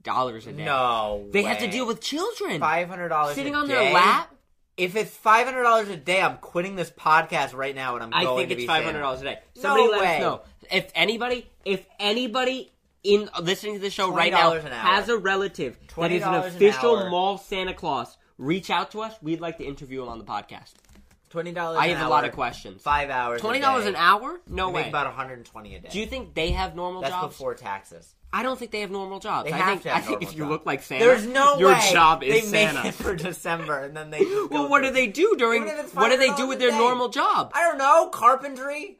[SPEAKER 1] dollars a day.
[SPEAKER 2] No,
[SPEAKER 1] they have to deal with children
[SPEAKER 2] five hundred dollars
[SPEAKER 1] sitting on their lap.
[SPEAKER 2] If it's five hundred dollars a day, I'm quitting this podcast right now, and I'm.
[SPEAKER 1] I
[SPEAKER 2] going
[SPEAKER 1] think
[SPEAKER 2] to
[SPEAKER 1] it's
[SPEAKER 2] be
[SPEAKER 1] five hundred
[SPEAKER 2] Santa.
[SPEAKER 1] dollars a day. Somebody let
[SPEAKER 2] way.
[SPEAKER 1] us know if anybody, if anybody in listening to the show right now
[SPEAKER 2] $20 an hour.
[SPEAKER 1] has a relative that is an
[SPEAKER 2] $20 an
[SPEAKER 1] official
[SPEAKER 2] hour.
[SPEAKER 1] mall Santa Claus. Reach out to us. We'd like to interview him on the podcast.
[SPEAKER 2] Twenty dollars.
[SPEAKER 1] I have a lot of questions.
[SPEAKER 2] Five hours.
[SPEAKER 1] Twenty dollars an hour? No
[SPEAKER 2] I make
[SPEAKER 1] way.
[SPEAKER 2] about one hundred and twenty a day.
[SPEAKER 1] Do you think they have normal
[SPEAKER 2] That's
[SPEAKER 1] jobs?
[SPEAKER 2] before taxes.
[SPEAKER 1] I don't think they have normal jobs.
[SPEAKER 2] They
[SPEAKER 1] I
[SPEAKER 2] have
[SPEAKER 1] think,
[SPEAKER 2] to have
[SPEAKER 1] I think if
[SPEAKER 2] normal
[SPEAKER 1] you
[SPEAKER 2] jobs.
[SPEAKER 1] look like Santa,
[SPEAKER 2] There's no
[SPEAKER 1] your
[SPEAKER 2] way
[SPEAKER 1] job
[SPEAKER 2] they
[SPEAKER 1] is Santa.
[SPEAKER 2] make it for December, and then they. just
[SPEAKER 1] well,
[SPEAKER 2] go
[SPEAKER 1] what
[SPEAKER 2] through.
[SPEAKER 1] do they do during?
[SPEAKER 2] What if it's
[SPEAKER 1] What do they do
[SPEAKER 2] $5
[SPEAKER 1] with
[SPEAKER 2] a
[SPEAKER 1] their
[SPEAKER 2] day?
[SPEAKER 1] normal job?
[SPEAKER 2] I don't know. Carpentry.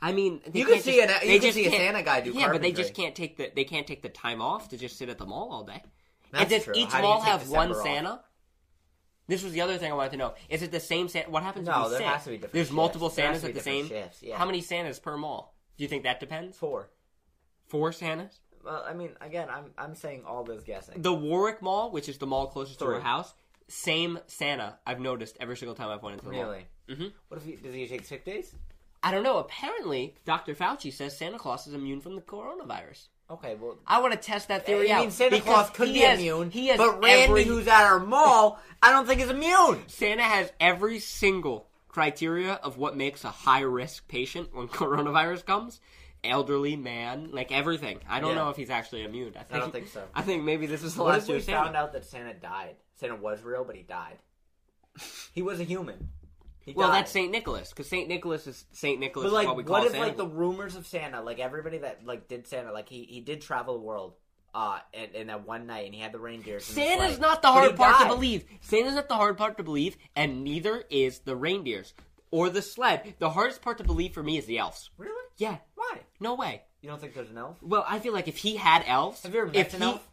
[SPEAKER 1] I mean, they
[SPEAKER 2] You could
[SPEAKER 1] can't
[SPEAKER 2] see
[SPEAKER 1] just-
[SPEAKER 2] an- you
[SPEAKER 1] they
[SPEAKER 2] could
[SPEAKER 1] just
[SPEAKER 2] see a
[SPEAKER 1] can't-
[SPEAKER 2] Santa guy do
[SPEAKER 1] Yeah, but they
[SPEAKER 2] carpentry.
[SPEAKER 1] just can't take the they can't take the time off to just sit at the mall all day.
[SPEAKER 2] That's
[SPEAKER 1] and does
[SPEAKER 2] true.
[SPEAKER 1] each
[SPEAKER 2] How do you
[SPEAKER 1] mall
[SPEAKER 2] take
[SPEAKER 1] have one
[SPEAKER 2] December off?
[SPEAKER 1] Santa? This was the other thing I wanted to know. Is it the same Santa? What happens?
[SPEAKER 2] No,
[SPEAKER 1] if
[SPEAKER 2] there has to be different
[SPEAKER 1] There's multiple
[SPEAKER 2] shifts. There has
[SPEAKER 1] Santas
[SPEAKER 2] to
[SPEAKER 1] at
[SPEAKER 2] be
[SPEAKER 1] the same.
[SPEAKER 2] different shifts, yeah.
[SPEAKER 1] How many Santas per mall? Do you think that depends?
[SPEAKER 2] Four.
[SPEAKER 1] Four Santas.
[SPEAKER 2] Well, I mean, again, I'm I'm saying all this guessing.
[SPEAKER 1] The Warwick Mall, which is the mall closest to
[SPEAKER 2] Three.
[SPEAKER 1] our house, same Santa. I've noticed every single time I've went into the mall.
[SPEAKER 2] Really? Mm-hmm. What if he does he take sick days?
[SPEAKER 1] I don't know. Apparently, Dr. Fauci says Santa Claus is immune from the coronavirus.
[SPEAKER 2] Okay, well,
[SPEAKER 1] I want to test that
[SPEAKER 2] I
[SPEAKER 1] theory out.
[SPEAKER 2] mean, Santa
[SPEAKER 1] because
[SPEAKER 2] Claus could
[SPEAKER 1] he
[SPEAKER 2] be
[SPEAKER 1] has-
[SPEAKER 2] immune,
[SPEAKER 1] He has
[SPEAKER 2] but Randy,
[SPEAKER 1] every-
[SPEAKER 2] who's at our mall, I don't think is immune.
[SPEAKER 1] Santa has every single criteria of what makes a high risk patient when coronavirus comes. Elderly man, like everything. I don't
[SPEAKER 2] Yeah.
[SPEAKER 1] know if he's actually immune. I, think,
[SPEAKER 2] don't think so.
[SPEAKER 1] I think maybe this is the
[SPEAKER 2] What if
[SPEAKER 1] last year.
[SPEAKER 2] we
[SPEAKER 1] Santa.
[SPEAKER 2] found out that Santa died? Santa was real, but he died. He was a human. He
[SPEAKER 1] well,
[SPEAKER 2] died.
[SPEAKER 1] that's Saint Nicholas, because Saint Nicholas is Saint Nicholas.
[SPEAKER 2] But
[SPEAKER 1] is
[SPEAKER 2] like,
[SPEAKER 1] what we
[SPEAKER 2] what,
[SPEAKER 1] call
[SPEAKER 2] if
[SPEAKER 1] Santa.
[SPEAKER 2] like the rumors of Santa, like everybody that like did Santa, like he he did travel the world, uh, and, and that one night and he had the reindeers. and the
[SPEAKER 1] Santa's
[SPEAKER 2] sleigh.
[SPEAKER 1] not the
[SPEAKER 2] But
[SPEAKER 1] hard
[SPEAKER 2] he
[SPEAKER 1] part to
[SPEAKER 2] died.
[SPEAKER 1] believe. Santa's not the hard part to believe, and neither is the reindeers or the sled. The hardest part to believe for me is the elves.
[SPEAKER 2] Really?
[SPEAKER 1] Yeah,
[SPEAKER 2] Why?
[SPEAKER 1] no way.
[SPEAKER 2] You don't think there's an elf?
[SPEAKER 1] Well, I feel like if he had elves,
[SPEAKER 2] Have you ever met
[SPEAKER 1] if
[SPEAKER 2] an
[SPEAKER 1] he-
[SPEAKER 2] elf?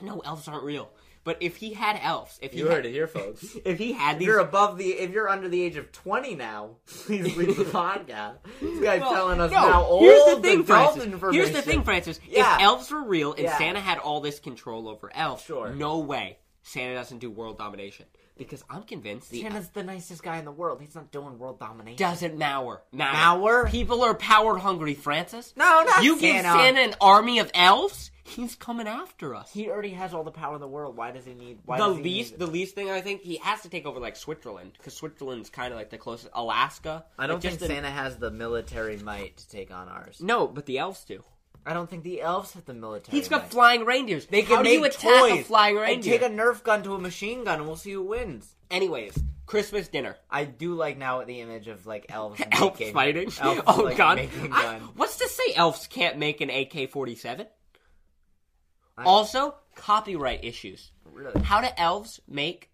[SPEAKER 1] No, elves aren't real. But if he had elves, if he
[SPEAKER 2] You
[SPEAKER 1] had,
[SPEAKER 2] heard it here, folks.
[SPEAKER 1] if he had
[SPEAKER 2] If
[SPEAKER 1] these,
[SPEAKER 2] you're above the, if you're under the age of twenty now, please leave the podcast. This guy's
[SPEAKER 1] Well,
[SPEAKER 2] telling us
[SPEAKER 1] no,
[SPEAKER 2] now old
[SPEAKER 1] here's the thing,
[SPEAKER 2] adult
[SPEAKER 1] Francis.
[SPEAKER 2] information.
[SPEAKER 1] Here's the thing, Francis.
[SPEAKER 2] Yeah.
[SPEAKER 1] If elves were real and
[SPEAKER 2] Yeah.
[SPEAKER 1] Santa had all this control over elves,
[SPEAKER 2] Sure.
[SPEAKER 1] no way Santa doesn't do world domination. Because I'm convinced the
[SPEAKER 2] Santa's the nicest guy in the world. He's not doing world domination.
[SPEAKER 1] doesn't matter. Matter.
[SPEAKER 2] Matter?
[SPEAKER 1] People are power hungry, Francis.
[SPEAKER 2] No, not
[SPEAKER 1] you give
[SPEAKER 2] Santa.
[SPEAKER 1] Santa an army of elves. He's coming after us.
[SPEAKER 2] he already has all the power in the world. Why does he need? Why
[SPEAKER 1] the
[SPEAKER 2] does he
[SPEAKER 1] least,
[SPEAKER 2] need
[SPEAKER 1] the least thing I think he has to take over like Switzerland because Switzerland's kind of like the closest. Alaska.
[SPEAKER 2] I don't
[SPEAKER 1] Like,
[SPEAKER 2] think
[SPEAKER 1] just the-
[SPEAKER 2] Santa has the military might to take on ours.
[SPEAKER 1] No, but the elves do.
[SPEAKER 2] I don't think the elves have the military.
[SPEAKER 1] He's got
[SPEAKER 2] might.
[SPEAKER 1] flying reindeers.
[SPEAKER 2] They can
[SPEAKER 1] How do
[SPEAKER 2] make
[SPEAKER 1] you attack
[SPEAKER 2] toys
[SPEAKER 1] a flying
[SPEAKER 2] and
[SPEAKER 1] reindeer?
[SPEAKER 2] take a Nerf gun to a machine gun, and we'll see who wins.
[SPEAKER 1] Anyways, Christmas dinner.
[SPEAKER 2] I do like now the image of like elves
[SPEAKER 1] Elves
[SPEAKER 2] making,
[SPEAKER 1] fighting.
[SPEAKER 2] elves,
[SPEAKER 1] oh
[SPEAKER 2] like,
[SPEAKER 1] god.
[SPEAKER 2] making
[SPEAKER 1] I-
[SPEAKER 2] gun.
[SPEAKER 1] what's to say elves can't make an AK forty seven?
[SPEAKER 2] I-
[SPEAKER 1] Also, copyright issues.
[SPEAKER 2] Really?
[SPEAKER 1] How do elves make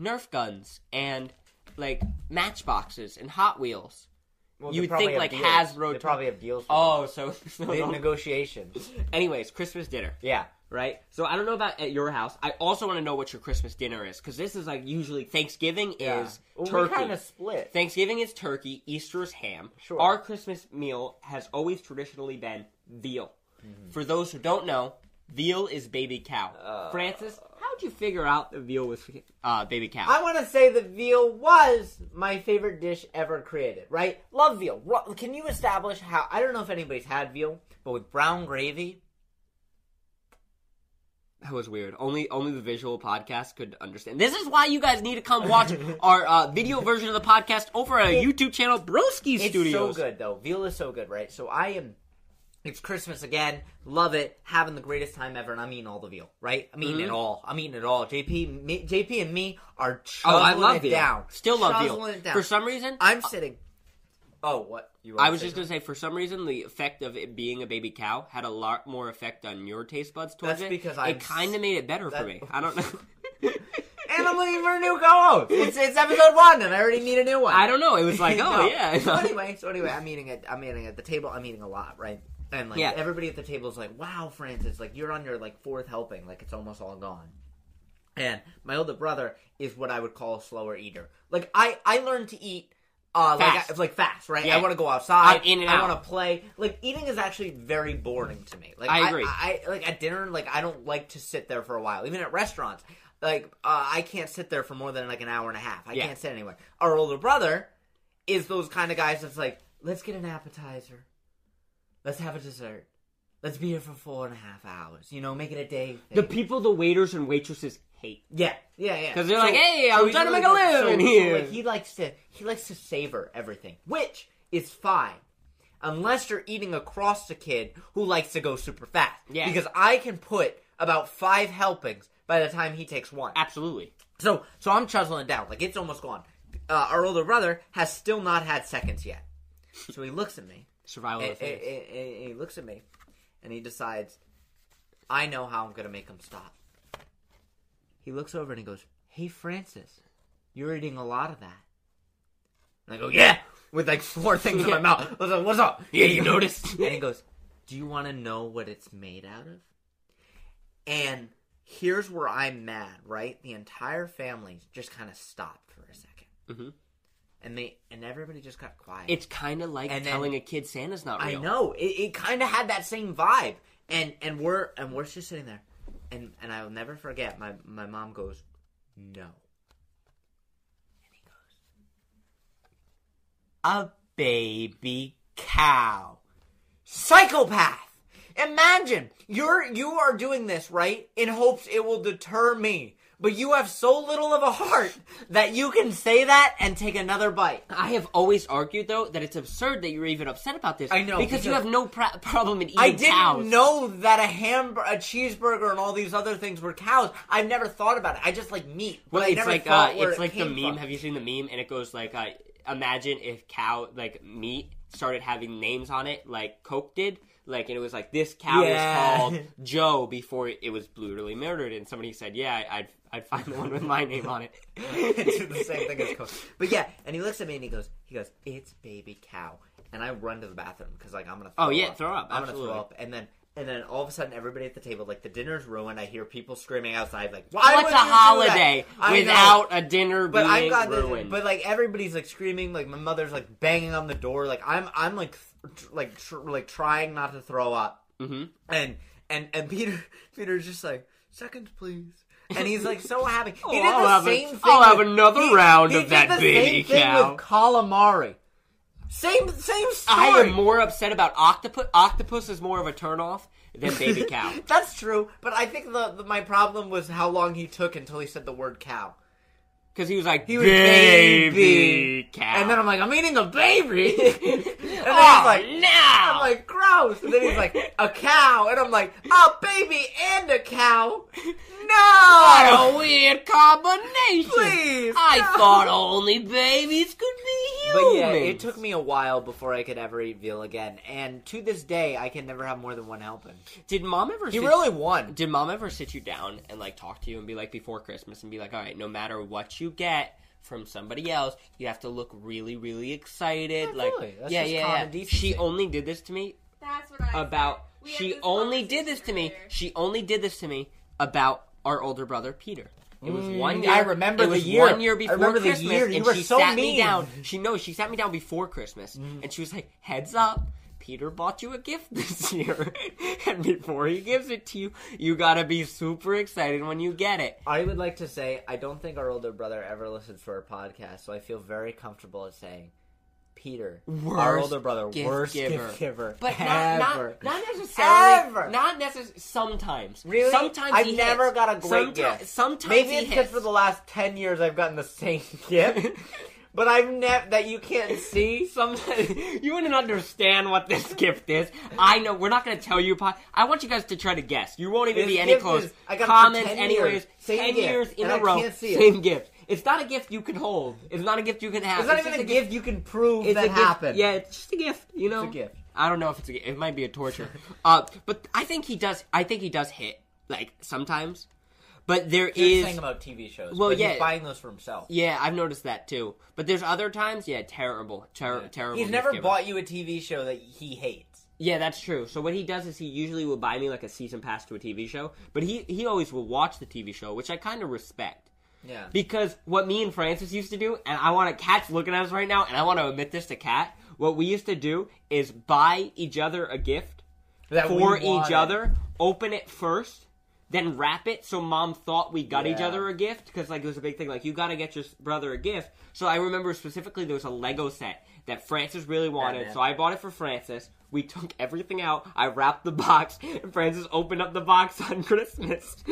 [SPEAKER 1] Nerf guns and like matchboxes and Hot Wheels?
[SPEAKER 2] Well,
[SPEAKER 1] you
[SPEAKER 2] they
[SPEAKER 1] would
[SPEAKER 2] probably
[SPEAKER 1] think,
[SPEAKER 2] have
[SPEAKER 1] like,
[SPEAKER 2] deals.
[SPEAKER 1] Hasbro-
[SPEAKER 2] They probably have deals. For
[SPEAKER 1] Oh, so, so-
[SPEAKER 2] them. they have negotiations.
[SPEAKER 1] anyways, Christmas dinner.
[SPEAKER 2] Yeah,
[SPEAKER 1] Right? So I don't know about at your house. I also want to know what your Christmas dinner is because this is like usually Thanksgiving
[SPEAKER 2] yeah.
[SPEAKER 1] is
[SPEAKER 2] Well,
[SPEAKER 1] turkey.
[SPEAKER 2] We kind of split.
[SPEAKER 1] Thanksgiving is turkey, Easter is ham.
[SPEAKER 2] Sure.
[SPEAKER 1] Our Christmas meal has always traditionally been veal.
[SPEAKER 2] Mm-hmm.
[SPEAKER 1] For those who don't know, veal is baby cow.
[SPEAKER 2] Uh,
[SPEAKER 1] Francis, how'd you figure out the veal was uh, baby cow?
[SPEAKER 2] I want to say the veal was my favorite dish ever created, right? Love veal. What, can you establish how? I don't know if anybody's had veal, but with brown gravy,
[SPEAKER 1] that was weird. Only only the visual podcast could understand. This is why you guys need to come watch our uh, video version of the podcast over at our YouTube channel, Broski
[SPEAKER 2] it's
[SPEAKER 1] Studios.
[SPEAKER 2] so good though. Veal is so good, right? So I am. It's Christmas again. Love it. Having the greatest time ever, and I'm eating all the veal, right? I'm eating it
[SPEAKER 1] Mm-hmm.
[SPEAKER 2] all. I'm eating it all. JP, me, JP, and me are
[SPEAKER 1] Oh,
[SPEAKER 2] chuzzling
[SPEAKER 1] I love
[SPEAKER 2] it
[SPEAKER 1] veal.
[SPEAKER 2] down.
[SPEAKER 1] Still love
[SPEAKER 2] Chuzzling
[SPEAKER 1] veal.
[SPEAKER 2] It down.
[SPEAKER 1] For some reason,
[SPEAKER 2] I'm sitting. Oh, what? You were
[SPEAKER 1] I was just
[SPEAKER 2] saying-
[SPEAKER 1] gonna say, for some reason, the effect of it being a baby cow had a lot more effect on your taste buds towards
[SPEAKER 2] That's
[SPEAKER 1] it.
[SPEAKER 2] because
[SPEAKER 1] it
[SPEAKER 2] I'm
[SPEAKER 1] kind
[SPEAKER 2] s-
[SPEAKER 1] of made it better
[SPEAKER 2] that-
[SPEAKER 1] for me. I don't know.
[SPEAKER 2] And I'm looking for a new co-host. It's, it's episode one, and I already need a new one.
[SPEAKER 1] I don't know. It was like, oh
[SPEAKER 2] No.
[SPEAKER 1] yeah.
[SPEAKER 2] So anyway, so anyway, I'm eating at I'm eating at the table. I'm eating a lot, right? And like
[SPEAKER 1] Yeah.
[SPEAKER 2] everybody at the table is like, "Wow, Francis, like you're on your like fourth helping, like it's almost all gone." And my older brother is what I would call a slower eater. Like I I learned to eat. Uh, like,
[SPEAKER 1] Fast.
[SPEAKER 2] I, like fast, right?
[SPEAKER 1] Yeah.
[SPEAKER 2] I want to go outside.
[SPEAKER 1] Out, in and
[SPEAKER 2] I
[SPEAKER 1] out.
[SPEAKER 2] want to play. Like eating is actually very boring to me. Like
[SPEAKER 1] I agree.
[SPEAKER 2] I, I like at dinner, like I don't like to sit there for a while. Even at restaurants, like uh, I can't sit there for more than like an hour and a half. I
[SPEAKER 1] Yeah.
[SPEAKER 2] can't sit anywhere. Our older brother is those kind of guys that's like, let's get an appetizer, let's have a dessert, let's be here for four and a half hours. You know, make it a day. Thing.
[SPEAKER 1] the people, the waiters and waitresses hate.
[SPEAKER 2] yeah, yeah, yeah.
[SPEAKER 1] 'Cause they're like, "Hey, I'm
[SPEAKER 2] he's
[SPEAKER 1] trying to make a
[SPEAKER 2] really-
[SPEAKER 1] living here."
[SPEAKER 2] like, he likes to he likes to savor everything, which is fine. Unless you're eating across the kid who likes to go super fast.
[SPEAKER 1] Yeah.
[SPEAKER 2] Because I can put about five helpings by the time he takes one.
[SPEAKER 1] Absolutely.
[SPEAKER 2] So so I'm chuzzling it down like it's almost gone. Uh, our older brother has still not had seconds yet. So he looks at me.
[SPEAKER 1] Survival
[SPEAKER 2] and,
[SPEAKER 1] of the fittest.
[SPEAKER 2] and- and- and he looks at me, and he decides, I know how I'm gonna make him stop. He looks over and he goes, "Hey Francis, you're eating a lot of that." And I go, "Yeah," with like four things in my mouth. What's up? What's up?
[SPEAKER 1] Yeah, you noticed.
[SPEAKER 2] and he goes, "Do you want to know what it's made out of?" And here's where I'm mad, right? The entire family just kind of stopped for a 2nd
[SPEAKER 1] Mhm.
[SPEAKER 2] and they and everybody just got quiet.
[SPEAKER 1] It's kind of like
[SPEAKER 2] And then-
[SPEAKER 1] telling a kid Santa's not
[SPEAKER 2] I
[SPEAKER 1] real.
[SPEAKER 2] know it, it kind of had that same vibe, and and we're and we're just sitting there, and and I'll never forget. My my mom goes, no, and he goes, a baby cow, psychopath. Imagine you're you are doing this right in hopes it will deter me. But you have so little of a heart that you can say that and take another bite.
[SPEAKER 1] I have always argued though that it's absurd that you're even upset about this.
[SPEAKER 2] I know,
[SPEAKER 1] because, you
[SPEAKER 2] because-
[SPEAKER 1] have no pro- problem in eating
[SPEAKER 2] I didn't
[SPEAKER 1] cows.
[SPEAKER 2] know that a ham, a cheeseburger, and all these other things were cows. I've never thought about it. I just like meat. but
[SPEAKER 1] Well,
[SPEAKER 2] I
[SPEAKER 1] it's
[SPEAKER 2] never
[SPEAKER 1] like uh,
[SPEAKER 2] thought where
[SPEAKER 1] it's
[SPEAKER 2] it
[SPEAKER 1] like the
[SPEAKER 2] came
[SPEAKER 1] meme.
[SPEAKER 2] from.
[SPEAKER 1] Have you seen the meme? And it goes like, uh, imagine if cow like meat started having names on it, like Coke did. Like, and it was like this cow was
[SPEAKER 2] Yeah.
[SPEAKER 1] called Joe before it was brutally murdered, and somebody said, "Yeah, I- I'd I'd find the one with my name on it."
[SPEAKER 2] It's the same thing as Coke. But yeah, and he looks at me and he goes, he goes, it's baby cow, and I run to the bathroom because like I'm gonna. Throw
[SPEAKER 1] Oh, yeah,
[SPEAKER 2] up.
[SPEAKER 1] throw up,
[SPEAKER 2] I'm gonna
[SPEAKER 1] absolutely.
[SPEAKER 2] throw up, and then And then all of a sudden, everybody at the table, like the dinner's ruined. I hear people screaming outside, like, "Why
[SPEAKER 1] What's
[SPEAKER 2] would
[SPEAKER 1] a
[SPEAKER 2] you do that?"
[SPEAKER 1] holiday
[SPEAKER 2] I know.
[SPEAKER 1] without a dinner
[SPEAKER 2] But I'm
[SPEAKER 1] being
[SPEAKER 2] glad that,
[SPEAKER 1] ruined?
[SPEAKER 2] but like everybody's like screaming, like my mother's like banging on the door, like I'm I'm like th- tr- like tr- like trying not to throw up,
[SPEAKER 1] hmm
[SPEAKER 2] and and and Peter Peter's just like seconds please, and he's like so happy. He
[SPEAKER 1] Oh,
[SPEAKER 2] did
[SPEAKER 1] I'll
[SPEAKER 2] the
[SPEAKER 1] have a-
[SPEAKER 2] same thing.
[SPEAKER 1] I'll have
[SPEAKER 2] with-
[SPEAKER 1] another
[SPEAKER 2] he-
[SPEAKER 1] round
[SPEAKER 2] he
[SPEAKER 1] of
[SPEAKER 2] did
[SPEAKER 1] that
[SPEAKER 2] the
[SPEAKER 1] baby
[SPEAKER 2] same thing
[SPEAKER 1] cow.
[SPEAKER 2] with calamari. Same same story.
[SPEAKER 1] I am more upset about octopus. Octopus is more of a turnoff than baby cow.
[SPEAKER 2] That's true, but I think the, the my problem was how long he took until he said the word cow.
[SPEAKER 1] Because he was like,
[SPEAKER 2] was
[SPEAKER 1] baby,
[SPEAKER 2] baby.
[SPEAKER 1] cow.
[SPEAKER 2] And then I'm like, I'm eating a baby. and then he's
[SPEAKER 1] oh,
[SPEAKER 2] like,
[SPEAKER 1] no!
[SPEAKER 2] I'm like, gross. And then he's like, a cow. And I'm like, a baby and a cow.
[SPEAKER 1] what a
[SPEAKER 2] No!
[SPEAKER 1] weird combination!
[SPEAKER 2] Please,
[SPEAKER 1] I
[SPEAKER 2] no.
[SPEAKER 1] thought only babies could be
[SPEAKER 2] But
[SPEAKER 1] humans.
[SPEAKER 2] yeah, it took me a while before I could ever eat veal again. And to this day, I can never have more than one helping.
[SPEAKER 1] Did mom ever?
[SPEAKER 2] He
[SPEAKER 1] sit-
[SPEAKER 2] really won.
[SPEAKER 1] Did mom ever sit you down and like talk to you and be like before Christmas and be like, all right, no matter what you get from somebody else, you have to look really, really excited.
[SPEAKER 2] Yeah,
[SPEAKER 1] like,
[SPEAKER 2] totally. That's
[SPEAKER 1] yeah,
[SPEAKER 2] just
[SPEAKER 1] yeah,
[SPEAKER 2] common
[SPEAKER 1] yeah.
[SPEAKER 2] decency.
[SPEAKER 1] She only did this to me
[SPEAKER 3] That's what I
[SPEAKER 1] about.
[SPEAKER 3] said. We had
[SPEAKER 1] She
[SPEAKER 3] this
[SPEAKER 1] only did
[SPEAKER 3] conversation
[SPEAKER 1] this to me.
[SPEAKER 3] earlier.
[SPEAKER 1] She only did this to me about our older brother Peter. It was one
[SPEAKER 2] Mm,
[SPEAKER 1] year.
[SPEAKER 2] I remember
[SPEAKER 1] it
[SPEAKER 2] the
[SPEAKER 1] was
[SPEAKER 2] year.
[SPEAKER 1] One year
[SPEAKER 2] I
[SPEAKER 1] before
[SPEAKER 2] remember the
[SPEAKER 1] Christmas,
[SPEAKER 2] year. You
[SPEAKER 1] and
[SPEAKER 2] were
[SPEAKER 1] she
[SPEAKER 2] so
[SPEAKER 1] sat
[SPEAKER 2] mean.
[SPEAKER 1] me
[SPEAKER 2] Mm.
[SPEAKER 1] down. She no, she sat me down before Christmas, and she was like, "Heads up, Peter bought you a gift this year, and before he gives it to you, you gotta be super excited when you get it."
[SPEAKER 2] I would like to say I don't think our older brother ever listens to our podcast, so I feel very comfortable at saying Peter, our
[SPEAKER 1] Worst
[SPEAKER 2] older brother,
[SPEAKER 1] gift
[SPEAKER 2] worst
[SPEAKER 1] giver.
[SPEAKER 2] gift giver
[SPEAKER 1] But
[SPEAKER 2] ever.
[SPEAKER 1] not, not not necessarily.
[SPEAKER 2] Ever.
[SPEAKER 1] Not necessarily. Sometimes.
[SPEAKER 2] Really?
[SPEAKER 1] Sometimes
[SPEAKER 2] I've
[SPEAKER 1] he
[SPEAKER 2] never
[SPEAKER 1] hits.
[SPEAKER 2] got a great
[SPEAKER 1] Someti-
[SPEAKER 2] gift.
[SPEAKER 1] Sometimes
[SPEAKER 2] Maybe
[SPEAKER 1] he
[SPEAKER 2] it's
[SPEAKER 1] hits.
[SPEAKER 2] just for the last ten years I've gotten the same gift, but I've never that you can't see.
[SPEAKER 1] Sometimes you wouldn't understand what this gift is. I know we're not going to tell you. po- I want you guys to try to guess. You won't even
[SPEAKER 2] This
[SPEAKER 1] be any
[SPEAKER 2] gift
[SPEAKER 1] close.
[SPEAKER 2] is- I got it for
[SPEAKER 1] Comments,
[SPEAKER 2] 10
[SPEAKER 1] anyways.
[SPEAKER 2] years. Same
[SPEAKER 1] ten
[SPEAKER 2] gift,
[SPEAKER 1] years in
[SPEAKER 2] and
[SPEAKER 1] a
[SPEAKER 2] I
[SPEAKER 1] row.
[SPEAKER 2] can't see it.
[SPEAKER 1] Same gift. It's not a gift you can hold. It's not a gift you can have.
[SPEAKER 2] It's not
[SPEAKER 1] just
[SPEAKER 2] even a gift you can prove
[SPEAKER 1] It's
[SPEAKER 2] that
[SPEAKER 1] a gift.
[SPEAKER 2] happened.
[SPEAKER 1] Yeah, it's just a gift. You know,
[SPEAKER 2] a gift.
[SPEAKER 1] I don't know if it's a gift. It might be a torture. uh, but I think he does. I think he does hit like sometimes. But there is.
[SPEAKER 2] You're saying about TV shows.
[SPEAKER 1] Well,
[SPEAKER 2] but
[SPEAKER 1] yeah.
[SPEAKER 2] he's buying those for himself.
[SPEAKER 1] Yeah, I've noticed that too. But there's other times, yeah, terrible, ter- terrible.
[SPEAKER 2] He's
[SPEAKER 1] gift
[SPEAKER 2] never
[SPEAKER 1] giver.
[SPEAKER 2] bought you a TV show that he hates.
[SPEAKER 1] Yeah, that's true. So what he does is he usually will buy me like a season pass to a TV show, but he he always will watch the TV show, which I kind of respect.
[SPEAKER 2] Yeah.
[SPEAKER 1] Because what me and Francis used to do, and I want to cat's looking at us right now, and I want to admit this to Cat. What we used to do is buy each other a gift
[SPEAKER 2] That we
[SPEAKER 1] for each
[SPEAKER 2] wanted.
[SPEAKER 1] other, open it first, then wrap it so mom thought we got each
[SPEAKER 2] Yeah.
[SPEAKER 1] other a gift because like it was a big thing like you got to get your s- brother a gift. So I remember specifically there was a Lego set that Francis really wanted,
[SPEAKER 2] man.
[SPEAKER 1] so I bought it for Francis. We took everything out. I wrapped the box, and Francis opened up the box on Christmas. but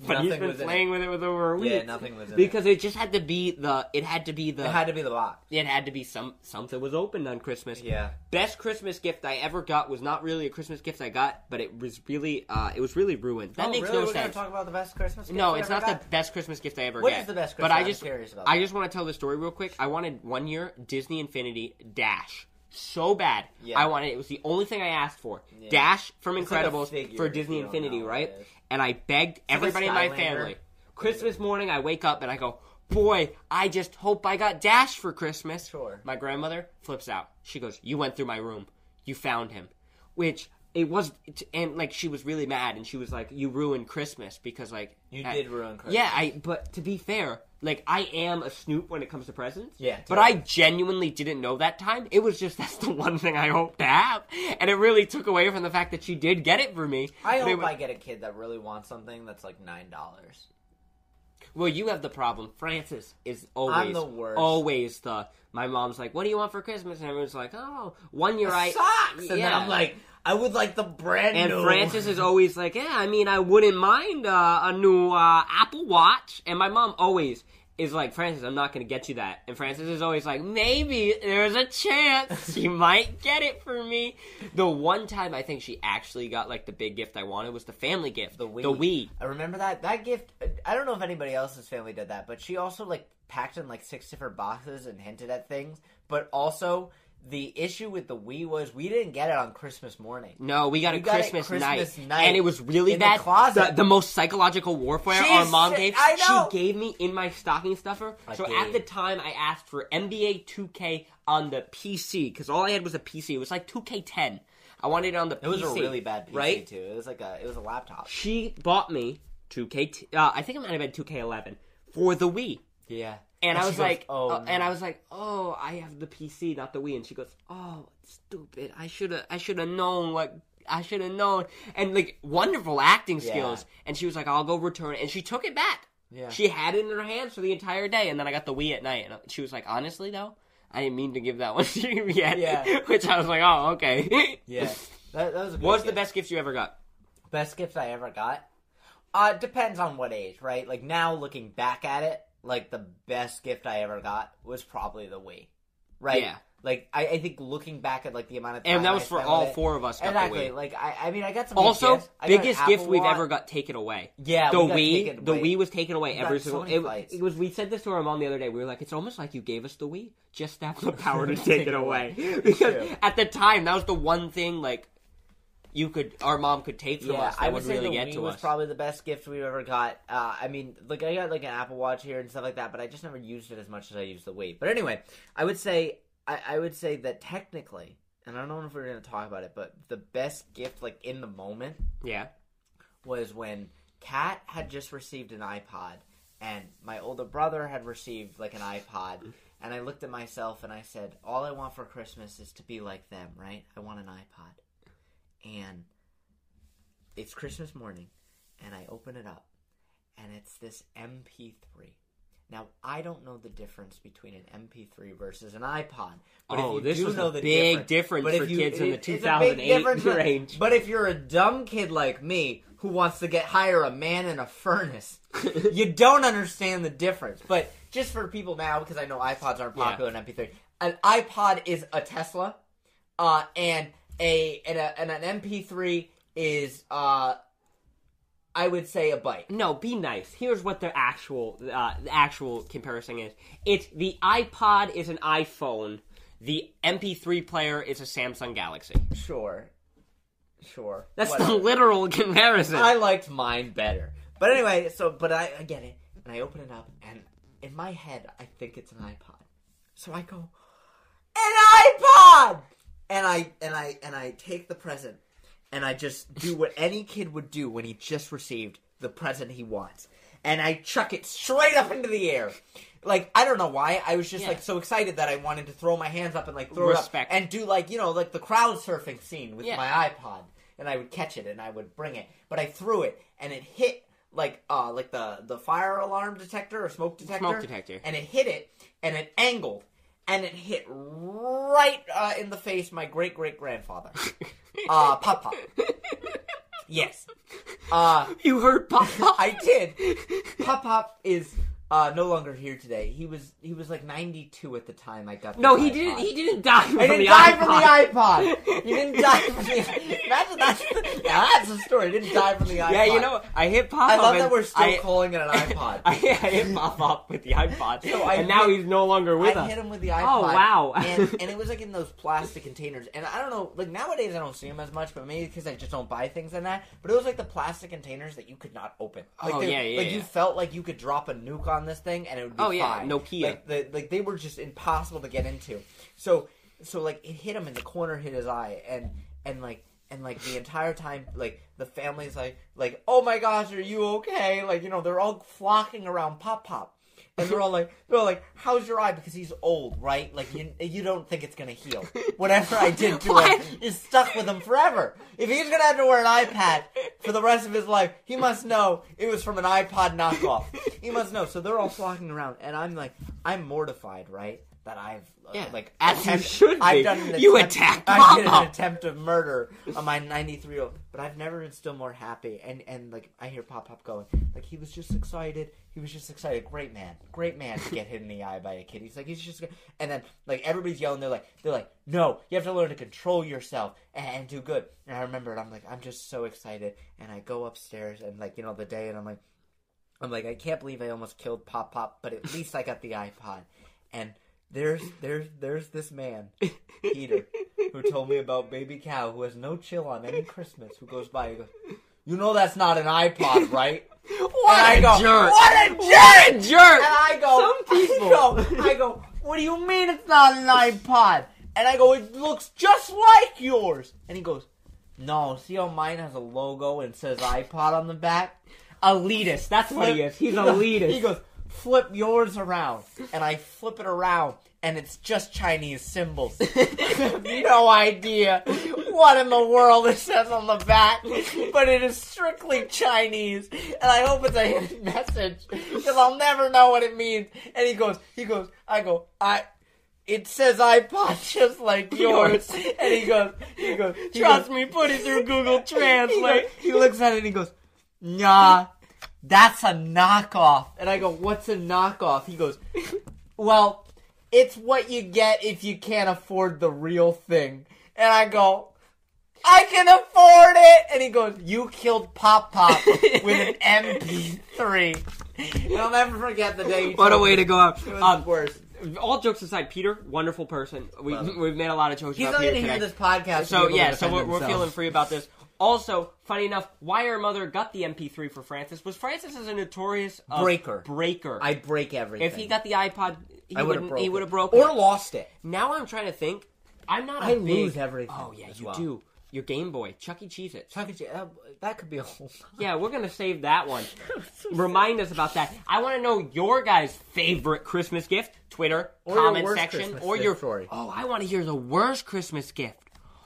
[SPEAKER 2] Nothing
[SPEAKER 1] he's been
[SPEAKER 2] was in
[SPEAKER 1] playing
[SPEAKER 2] it.
[SPEAKER 1] with it with over a week.
[SPEAKER 2] Yeah, nothing was in it.
[SPEAKER 1] because it. just had to be the. It had to be the.
[SPEAKER 2] It had to be the box.
[SPEAKER 1] It had to be some something was opened on Christmas.
[SPEAKER 2] Yeah.
[SPEAKER 1] Best Christmas gift I ever got was not really a Christmas gift I got, but it was really uh it was really ruined. That
[SPEAKER 2] Oh,
[SPEAKER 1] makes
[SPEAKER 2] really?
[SPEAKER 1] no
[SPEAKER 2] We're gonna
[SPEAKER 1] sense.
[SPEAKER 2] talk about the best Christmas. gift
[SPEAKER 1] No,
[SPEAKER 2] we
[SPEAKER 1] it's
[SPEAKER 2] ever
[SPEAKER 1] not the
[SPEAKER 2] got?
[SPEAKER 1] best Christmas gift I ever
[SPEAKER 2] What
[SPEAKER 1] get.
[SPEAKER 2] is the best
[SPEAKER 1] But
[SPEAKER 2] Christmas?
[SPEAKER 1] I
[SPEAKER 2] I'm
[SPEAKER 1] just
[SPEAKER 2] curious about
[SPEAKER 1] I
[SPEAKER 2] that.
[SPEAKER 1] just want to tell the story real quick. I wanted one year Disney Infinity Dash so bad.
[SPEAKER 2] Yeah.
[SPEAKER 1] I wanted it was the only thing I asked for.
[SPEAKER 2] Yeah.
[SPEAKER 1] Dash from
[SPEAKER 2] It's like a
[SPEAKER 1] Incredibles
[SPEAKER 2] figure,
[SPEAKER 1] for
[SPEAKER 2] if you
[SPEAKER 1] Disney
[SPEAKER 2] don't
[SPEAKER 1] Infinity,
[SPEAKER 2] know what
[SPEAKER 1] right?
[SPEAKER 2] it is.
[SPEAKER 1] And I begged everybody in my
[SPEAKER 2] Skylander.
[SPEAKER 1] family. Christmas morning, I wake up and I go, Boy, I just hope I got Dash for Christmas.
[SPEAKER 2] Sure.
[SPEAKER 1] My grandmother flips out. She goes, You went through my room. You found him. Which it was, and like she was really mad and she was like, You ruined Christmas because, like,
[SPEAKER 2] You
[SPEAKER 1] I-
[SPEAKER 2] did ruin Christmas.
[SPEAKER 1] Yeah, I, but to be fair, like, I am a snoop when it comes to presents.
[SPEAKER 2] Yeah,
[SPEAKER 1] But I genuinely didn't know that time. It was just, that's the one thing I hope to have. And it really took away from the fact that she did get it for me. But
[SPEAKER 2] I
[SPEAKER 1] it
[SPEAKER 2] hope
[SPEAKER 1] was-
[SPEAKER 2] I get a kid that really wants something that's like nine dollars.
[SPEAKER 1] Well, you have the problem. Francis is always
[SPEAKER 2] the worst.
[SPEAKER 1] always the my mom's like, "What do you want for Christmas?" and everyone's like, "Oh, one year I
[SPEAKER 2] Socks, and then
[SPEAKER 1] yeah.
[SPEAKER 2] I'm like, I would like the brand
[SPEAKER 1] And
[SPEAKER 2] new.
[SPEAKER 1] Francis is always like, "Yeah, I mean, I wouldn't mind uh, a new uh, Apple Watch." And my mom always is like, "Francis, I'm not going to get you that." And Francis is always like, "Maybe there's a chance she might get it for me." The one time I think she actually got like the big gift I wanted was the family gift,
[SPEAKER 2] the Wii.
[SPEAKER 1] The Wii.
[SPEAKER 2] I remember that that gift. I don't know if anybody else's family did that, but she also like packed in like six different boxes and hinted at things. But also, The issue with the Wii was we didn't get it on Christmas morning.
[SPEAKER 1] No, we got
[SPEAKER 2] We
[SPEAKER 1] a
[SPEAKER 2] got it
[SPEAKER 1] Christmas,
[SPEAKER 2] Christmas
[SPEAKER 1] night,
[SPEAKER 2] night
[SPEAKER 1] and it was really
[SPEAKER 2] in the
[SPEAKER 1] bad.
[SPEAKER 2] closet.
[SPEAKER 1] The, the most psychological warfare
[SPEAKER 2] She
[SPEAKER 1] our mom
[SPEAKER 2] said-
[SPEAKER 1] gave.
[SPEAKER 2] I know.
[SPEAKER 1] She gave me in my stocking stuffer.
[SPEAKER 2] I
[SPEAKER 1] so
[SPEAKER 2] gave.
[SPEAKER 1] at the time, I asked for NBA 2K on the PC because all I had was a PC. It was like 2K10. I wanted it on the PC.
[SPEAKER 2] It was a really bad PC
[SPEAKER 1] right?
[SPEAKER 2] too. It was like a it was a laptop.
[SPEAKER 1] She bought me 2K. T- uh, I think I might have been 2K11 for the Wii.
[SPEAKER 2] Yeah.
[SPEAKER 1] And, I
[SPEAKER 2] she
[SPEAKER 1] was
[SPEAKER 2] goes,
[SPEAKER 1] like,
[SPEAKER 2] "Oh,
[SPEAKER 1] uh, and
[SPEAKER 2] no."
[SPEAKER 1] I was like, oh, I have the PC, not the Wii. And she goes, oh, stupid. I should have, I should have known what, I should have known. And like wonderful acting
[SPEAKER 2] Yeah.
[SPEAKER 1] skills. And she was like, I'll go return it. And she took it back.
[SPEAKER 2] Yeah.
[SPEAKER 1] She had it in her hands for the entire day. And then I got the Wii at night. And she was like, honestly though, I didn't mean to give that one to you yet.
[SPEAKER 2] Yeah.
[SPEAKER 1] Which I was like, oh, okay.
[SPEAKER 2] Yeah. That, that was a good
[SPEAKER 1] What was the
[SPEAKER 2] gift.
[SPEAKER 1] best gift you ever got?
[SPEAKER 2] best gift I ever got? Uh depends on what age, right? Like now looking back at it, like the best gift I ever got was probably the Wii. Right?
[SPEAKER 1] Yeah.
[SPEAKER 2] Like I, I think looking back at like the amount of time
[SPEAKER 1] And that
[SPEAKER 2] I
[SPEAKER 1] was for
[SPEAKER 2] spent
[SPEAKER 1] all
[SPEAKER 2] with it-
[SPEAKER 1] four of us got the
[SPEAKER 2] Exactly.
[SPEAKER 1] Wii.
[SPEAKER 2] Like I, I mean I got some good
[SPEAKER 1] Also,
[SPEAKER 2] gifts. I got an
[SPEAKER 1] biggest gift
[SPEAKER 2] Apple
[SPEAKER 1] we've
[SPEAKER 2] Watch.
[SPEAKER 1] ever got taken away.
[SPEAKER 2] Yeah,
[SPEAKER 1] the
[SPEAKER 2] we got
[SPEAKER 1] Wii,
[SPEAKER 2] taken
[SPEAKER 1] the
[SPEAKER 2] away.
[SPEAKER 1] Wee was taken away
[SPEAKER 2] We
[SPEAKER 1] every
[SPEAKER 2] got so
[SPEAKER 1] single.
[SPEAKER 2] many
[SPEAKER 1] It,
[SPEAKER 2] fights.
[SPEAKER 1] it was. We said this to our mom the other day. We were like, "It's almost like you gave us the Wii, just have the power to take it away." because
[SPEAKER 2] True.
[SPEAKER 1] at the time, that was the one thing like you could, our mom could take from
[SPEAKER 2] yeah,
[SPEAKER 1] us. That
[SPEAKER 2] I would,
[SPEAKER 1] would,
[SPEAKER 2] say
[SPEAKER 1] really
[SPEAKER 2] the
[SPEAKER 1] get
[SPEAKER 2] Wii
[SPEAKER 1] to
[SPEAKER 2] was
[SPEAKER 1] us.
[SPEAKER 2] probably the best gift we ever got. Uh, I mean, like I got like an Apple Watch here and stuff like that, but I just never used it as much as I used the Wii. But anyway, I would say I, I would say that technically, and I don't know if we're going to talk about it, but the best gift like in the moment
[SPEAKER 1] yeah,
[SPEAKER 2] was when Kat had just received an iPod and my older brother had received like an iPod. And I looked at myself and I said, All I want for Christmas is to be like them, right? I want an iPod. And it's Christmas morning and I open it up and it's this MP3. Now, I don't know the difference between an MP3 versus an iPod. But
[SPEAKER 1] Oh,
[SPEAKER 2] if you
[SPEAKER 1] this
[SPEAKER 2] do
[SPEAKER 1] was a
[SPEAKER 2] know the
[SPEAKER 1] big difference
[SPEAKER 2] difference, but
[SPEAKER 1] for
[SPEAKER 2] if you-
[SPEAKER 1] kids in
[SPEAKER 2] it-
[SPEAKER 1] the
[SPEAKER 2] it's a big
[SPEAKER 1] 2008
[SPEAKER 2] difference, but-
[SPEAKER 1] range.
[SPEAKER 2] but if you're a dumb kid like me who wants to get hire a man in a furnace, you don't understand the difference. But just for people now, because I know iPods aren't popular in MP3, an iPod is a Tesla, uh, and a and, a and an MP3 is uh, I would say a bike.
[SPEAKER 1] no, be nice. Here's what the actual, uh, the actual comparison is. It's the iPod is an iPhone. The MP3 player is a Samsung Galaxy.
[SPEAKER 2] Sure, sure.
[SPEAKER 1] That's
[SPEAKER 2] Whatever.
[SPEAKER 1] the literal comparison.
[SPEAKER 2] I liked mine better. But anyway, so but I, I get it, and I open it up, and in my head I think it's an iPod. So I go, an iPod, and I and I and I take the present, and I just do what any kid would do when he just received the present he wants, and I chuck it straight up into the air. Like I don't know why I was just
[SPEAKER 1] Yeah.
[SPEAKER 2] like so excited that I wanted to throw my hands up and like throw
[SPEAKER 1] Respect.
[SPEAKER 2] it up and do like you know like the crowd surfing scene with
[SPEAKER 1] Yeah.
[SPEAKER 2] my iPod and I would catch it and I would bring it. But I threw it and it hit like uh like the the fire alarm detector or smoke detector.
[SPEAKER 1] detector.
[SPEAKER 2] And it hit it and it angled and it hit right uh, in the face my great great grandfather. uh Pop Pop. Yes. Uh
[SPEAKER 1] you heard Pop Pop.
[SPEAKER 2] I did. Pop Pop is uh, no longer here today. He was he was like 92 at the time I got. the
[SPEAKER 1] No, he
[SPEAKER 2] iPod.
[SPEAKER 1] didn't. He didn't die from
[SPEAKER 2] I didn't
[SPEAKER 1] the
[SPEAKER 2] die
[SPEAKER 1] iPod.
[SPEAKER 2] from the iPod. You didn't die from the. Imagine that's now that's a story. Didn't die from the iPod.
[SPEAKER 1] Yeah, you know, I hit pop.
[SPEAKER 2] I
[SPEAKER 1] up
[SPEAKER 2] love
[SPEAKER 1] and
[SPEAKER 2] that we're still
[SPEAKER 1] I,
[SPEAKER 2] calling it an iPod.
[SPEAKER 1] I, I hit pop up with the iPod,
[SPEAKER 2] So I
[SPEAKER 1] and now
[SPEAKER 2] hit-
[SPEAKER 1] he's no longer with
[SPEAKER 2] I
[SPEAKER 1] us.
[SPEAKER 2] hit him with the iPod.
[SPEAKER 1] Oh, wow.
[SPEAKER 2] and, and it was like in those plastic containers. And I don't know, like nowadays I don't see them as much, but maybe because I just don't buy things in that. But it was like the plastic containers that you could not open. Like
[SPEAKER 1] Oh,
[SPEAKER 2] they-
[SPEAKER 1] yeah, yeah,
[SPEAKER 2] Like you
[SPEAKER 1] yeah.
[SPEAKER 2] felt like you could drop a nuke on this thing and it would be
[SPEAKER 1] Oh, yeah,
[SPEAKER 2] fine.
[SPEAKER 1] Nokia.
[SPEAKER 2] Like, the, like they were just impossible to get into. So so like it hit him in the corner, hit his eye, and and like. And like the entire time, like the family's like, like, oh my gosh, are you okay? Like, you know, they're all flocking around Pop Pop. And they're all like, they're all like, how's your eye? Because he's old, right? Like, you, you don't think it's gonna heal. Whatever I did to him
[SPEAKER 1] What?
[SPEAKER 2] is stuck with him forever. If he's gonna have to wear an iPad for the rest of his life, he must know it was from an iPod knockoff. He must know. So they're all flocking around, and I'm like, I'm mortified, right? That I've uh,
[SPEAKER 1] Yeah,
[SPEAKER 2] like
[SPEAKER 1] as you
[SPEAKER 2] attempt-
[SPEAKER 1] should be.
[SPEAKER 2] I've done an
[SPEAKER 1] You
[SPEAKER 2] attempt,
[SPEAKER 1] attacked
[SPEAKER 2] I did an
[SPEAKER 1] Mama.
[SPEAKER 2] attempt of murder on my 93 year old, but I've never been still more happy. And and like I hear Pop Pop going, like he was just excited. He was just excited. Great man, great man to get hit in the eye by a kid. He's like he's just. gonna-" And then like everybody's yelling. They're like they're like no, you have to learn to control yourself and, and do good. And I remember it. I'm like I'm just so excited. And I go upstairs and like you know the day and I'm like. I'm like, I can't believe I almost killed Pop Pop, but at least I got the iPod. And there's there's there's this man, Peter, who told me about baby cow who has no chill on any Christmas who goes by and goes, You know that's not an iPod, right?
[SPEAKER 1] What
[SPEAKER 2] and I
[SPEAKER 1] a
[SPEAKER 2] go,
[SPEAKER 1] jerk!
[SPEAKER 2] What a jerk!
[SPEAKER 1] What a jerk!
[SPEAKER 2] And I go,
[SPEAKER 1] Some people.
[SPEAKER 2] I go, I go, what do you mean it's not an iPod? And I go, it looks just like yours. And he goes, no, see how mine has a logo and says iPod on the back? Elitist. That's what he
[SPEAKER 1] Flip-
[SPEAKER 2] is. He's
[SPEAKER 1] he goes-
[SPEAKER 2] elitist.
[SPEAKER 1] he goes,
[SPEAKER 2] flip yours around. And I flip it around. And it's just Chinese symbols. no idea what in the world it says on the back, but it is strictly Chinese, and I hope it's a hidden message because I'll never know what it means. And he goes, he goes, I go, I. It says iPod just like yours,
[SPEAKER 1] Yours.
[SPEAKER 2] and he goes, he goes, he
[SPEAKER 1] Trust
[SPEAKER 2] goes-
[SPEAKER 1] me, put it through Google
[SPEAKER 2] he,
[SPEAKER 1] Translate.
[SPEAKER 2] goes- he looks at it and he goes, Nah, that's a knockoff. And I go, What's a knockoff? He goes, Well, it's what you get if you can't afford the real thing. And I go, I can afford it. And he goes, You killed Pop Pop with an MP3. And I'll never forget the day. he
[SPEAKER 1] What a
[SPEAKER 2] told
[SPEAKER 1] way
[SPEAKER 2] me.
[SPEAKER 1] to go out.
[SPEAKER 2] It was
[SPEAKER 1] Um,
[SPEAKER 2] worse.
[SPEAKER 1] all jokes aside, Peter, wonderful person. We,
[SPEAKER 2] Love him.
[SPEAKER 1] we've made a lot of jokes
[SPEAKER 2] He's
[SPEAKER 1] about
[SPEAKER 2] not
[SPEAKER 1] Peter
[SPEAKER 2] going to hear
[SPEAKER 1] today.
[SPEAKER 2] this podcast. to be
[SPEAKER 1] So
[SPEAKER 2] able to
[SPEAKER 1] yeah, so
[SPEAKER 2] defend
[SPEAKER 1] we're, we're
[SPEAKER 2] himself.
[SPEAKER 1] feeling free about this. Also, funny enough, why our mother got the MP3 for Francis was Francis is a notorious uh,
[SPEAKER 2] Breaker.
[SPEAKER 1] Breaker.
[SPEAKER 2] I break everything.
[SPEAKER 1] if he got the iPod, he
[SPEAKER 2] I
[SPEAKER 1] would
[SPEAKER 2] would've
[SPEAKER 1] not he
[SPEAKER 2] broke
[SPEAKER 1] would have
[SPEAKER 2] it.
[SPEAKER 1] broken.
[SPEAKER 2] or
[SPEAKER 1] it.
[SPEAKER 2] lost it.
[SPEAKER 1] now I'm trying to think. I'm not. a
[SPEAKER 2] I
[SPEAKER 1] big-
[SPEAKER 2] lose everything
[SPEAKER 1] Oh yeah,
[SPEAKER 2] as
[SPEAKER 1] you
[SPEAKER 2] well.
[SPEAKER 1] do. Your Game Boy, Chuck E. Cheese it.
[SPEAKER 2] Chuck E. Cheese. That, that could be a whole.
[SPEAKER 1] Yeah, we're gonna save that one. Remind us about that. I want to know your guys' favorite Christmas gift. Twitter
[SPEAKER 2] Or your
[SPEAKER 1] comment
[SPEAKER 2] worst
[SPEAKER 1] section
[SPEAKER 2] Christmas
[SPEAKER 1] or
[SPEAKER 2] gift
[SPEAKER 1] your
[SPEAKER 2] story.
[SPEAKER 1] Oh, I want to hear the worst Christmas gift.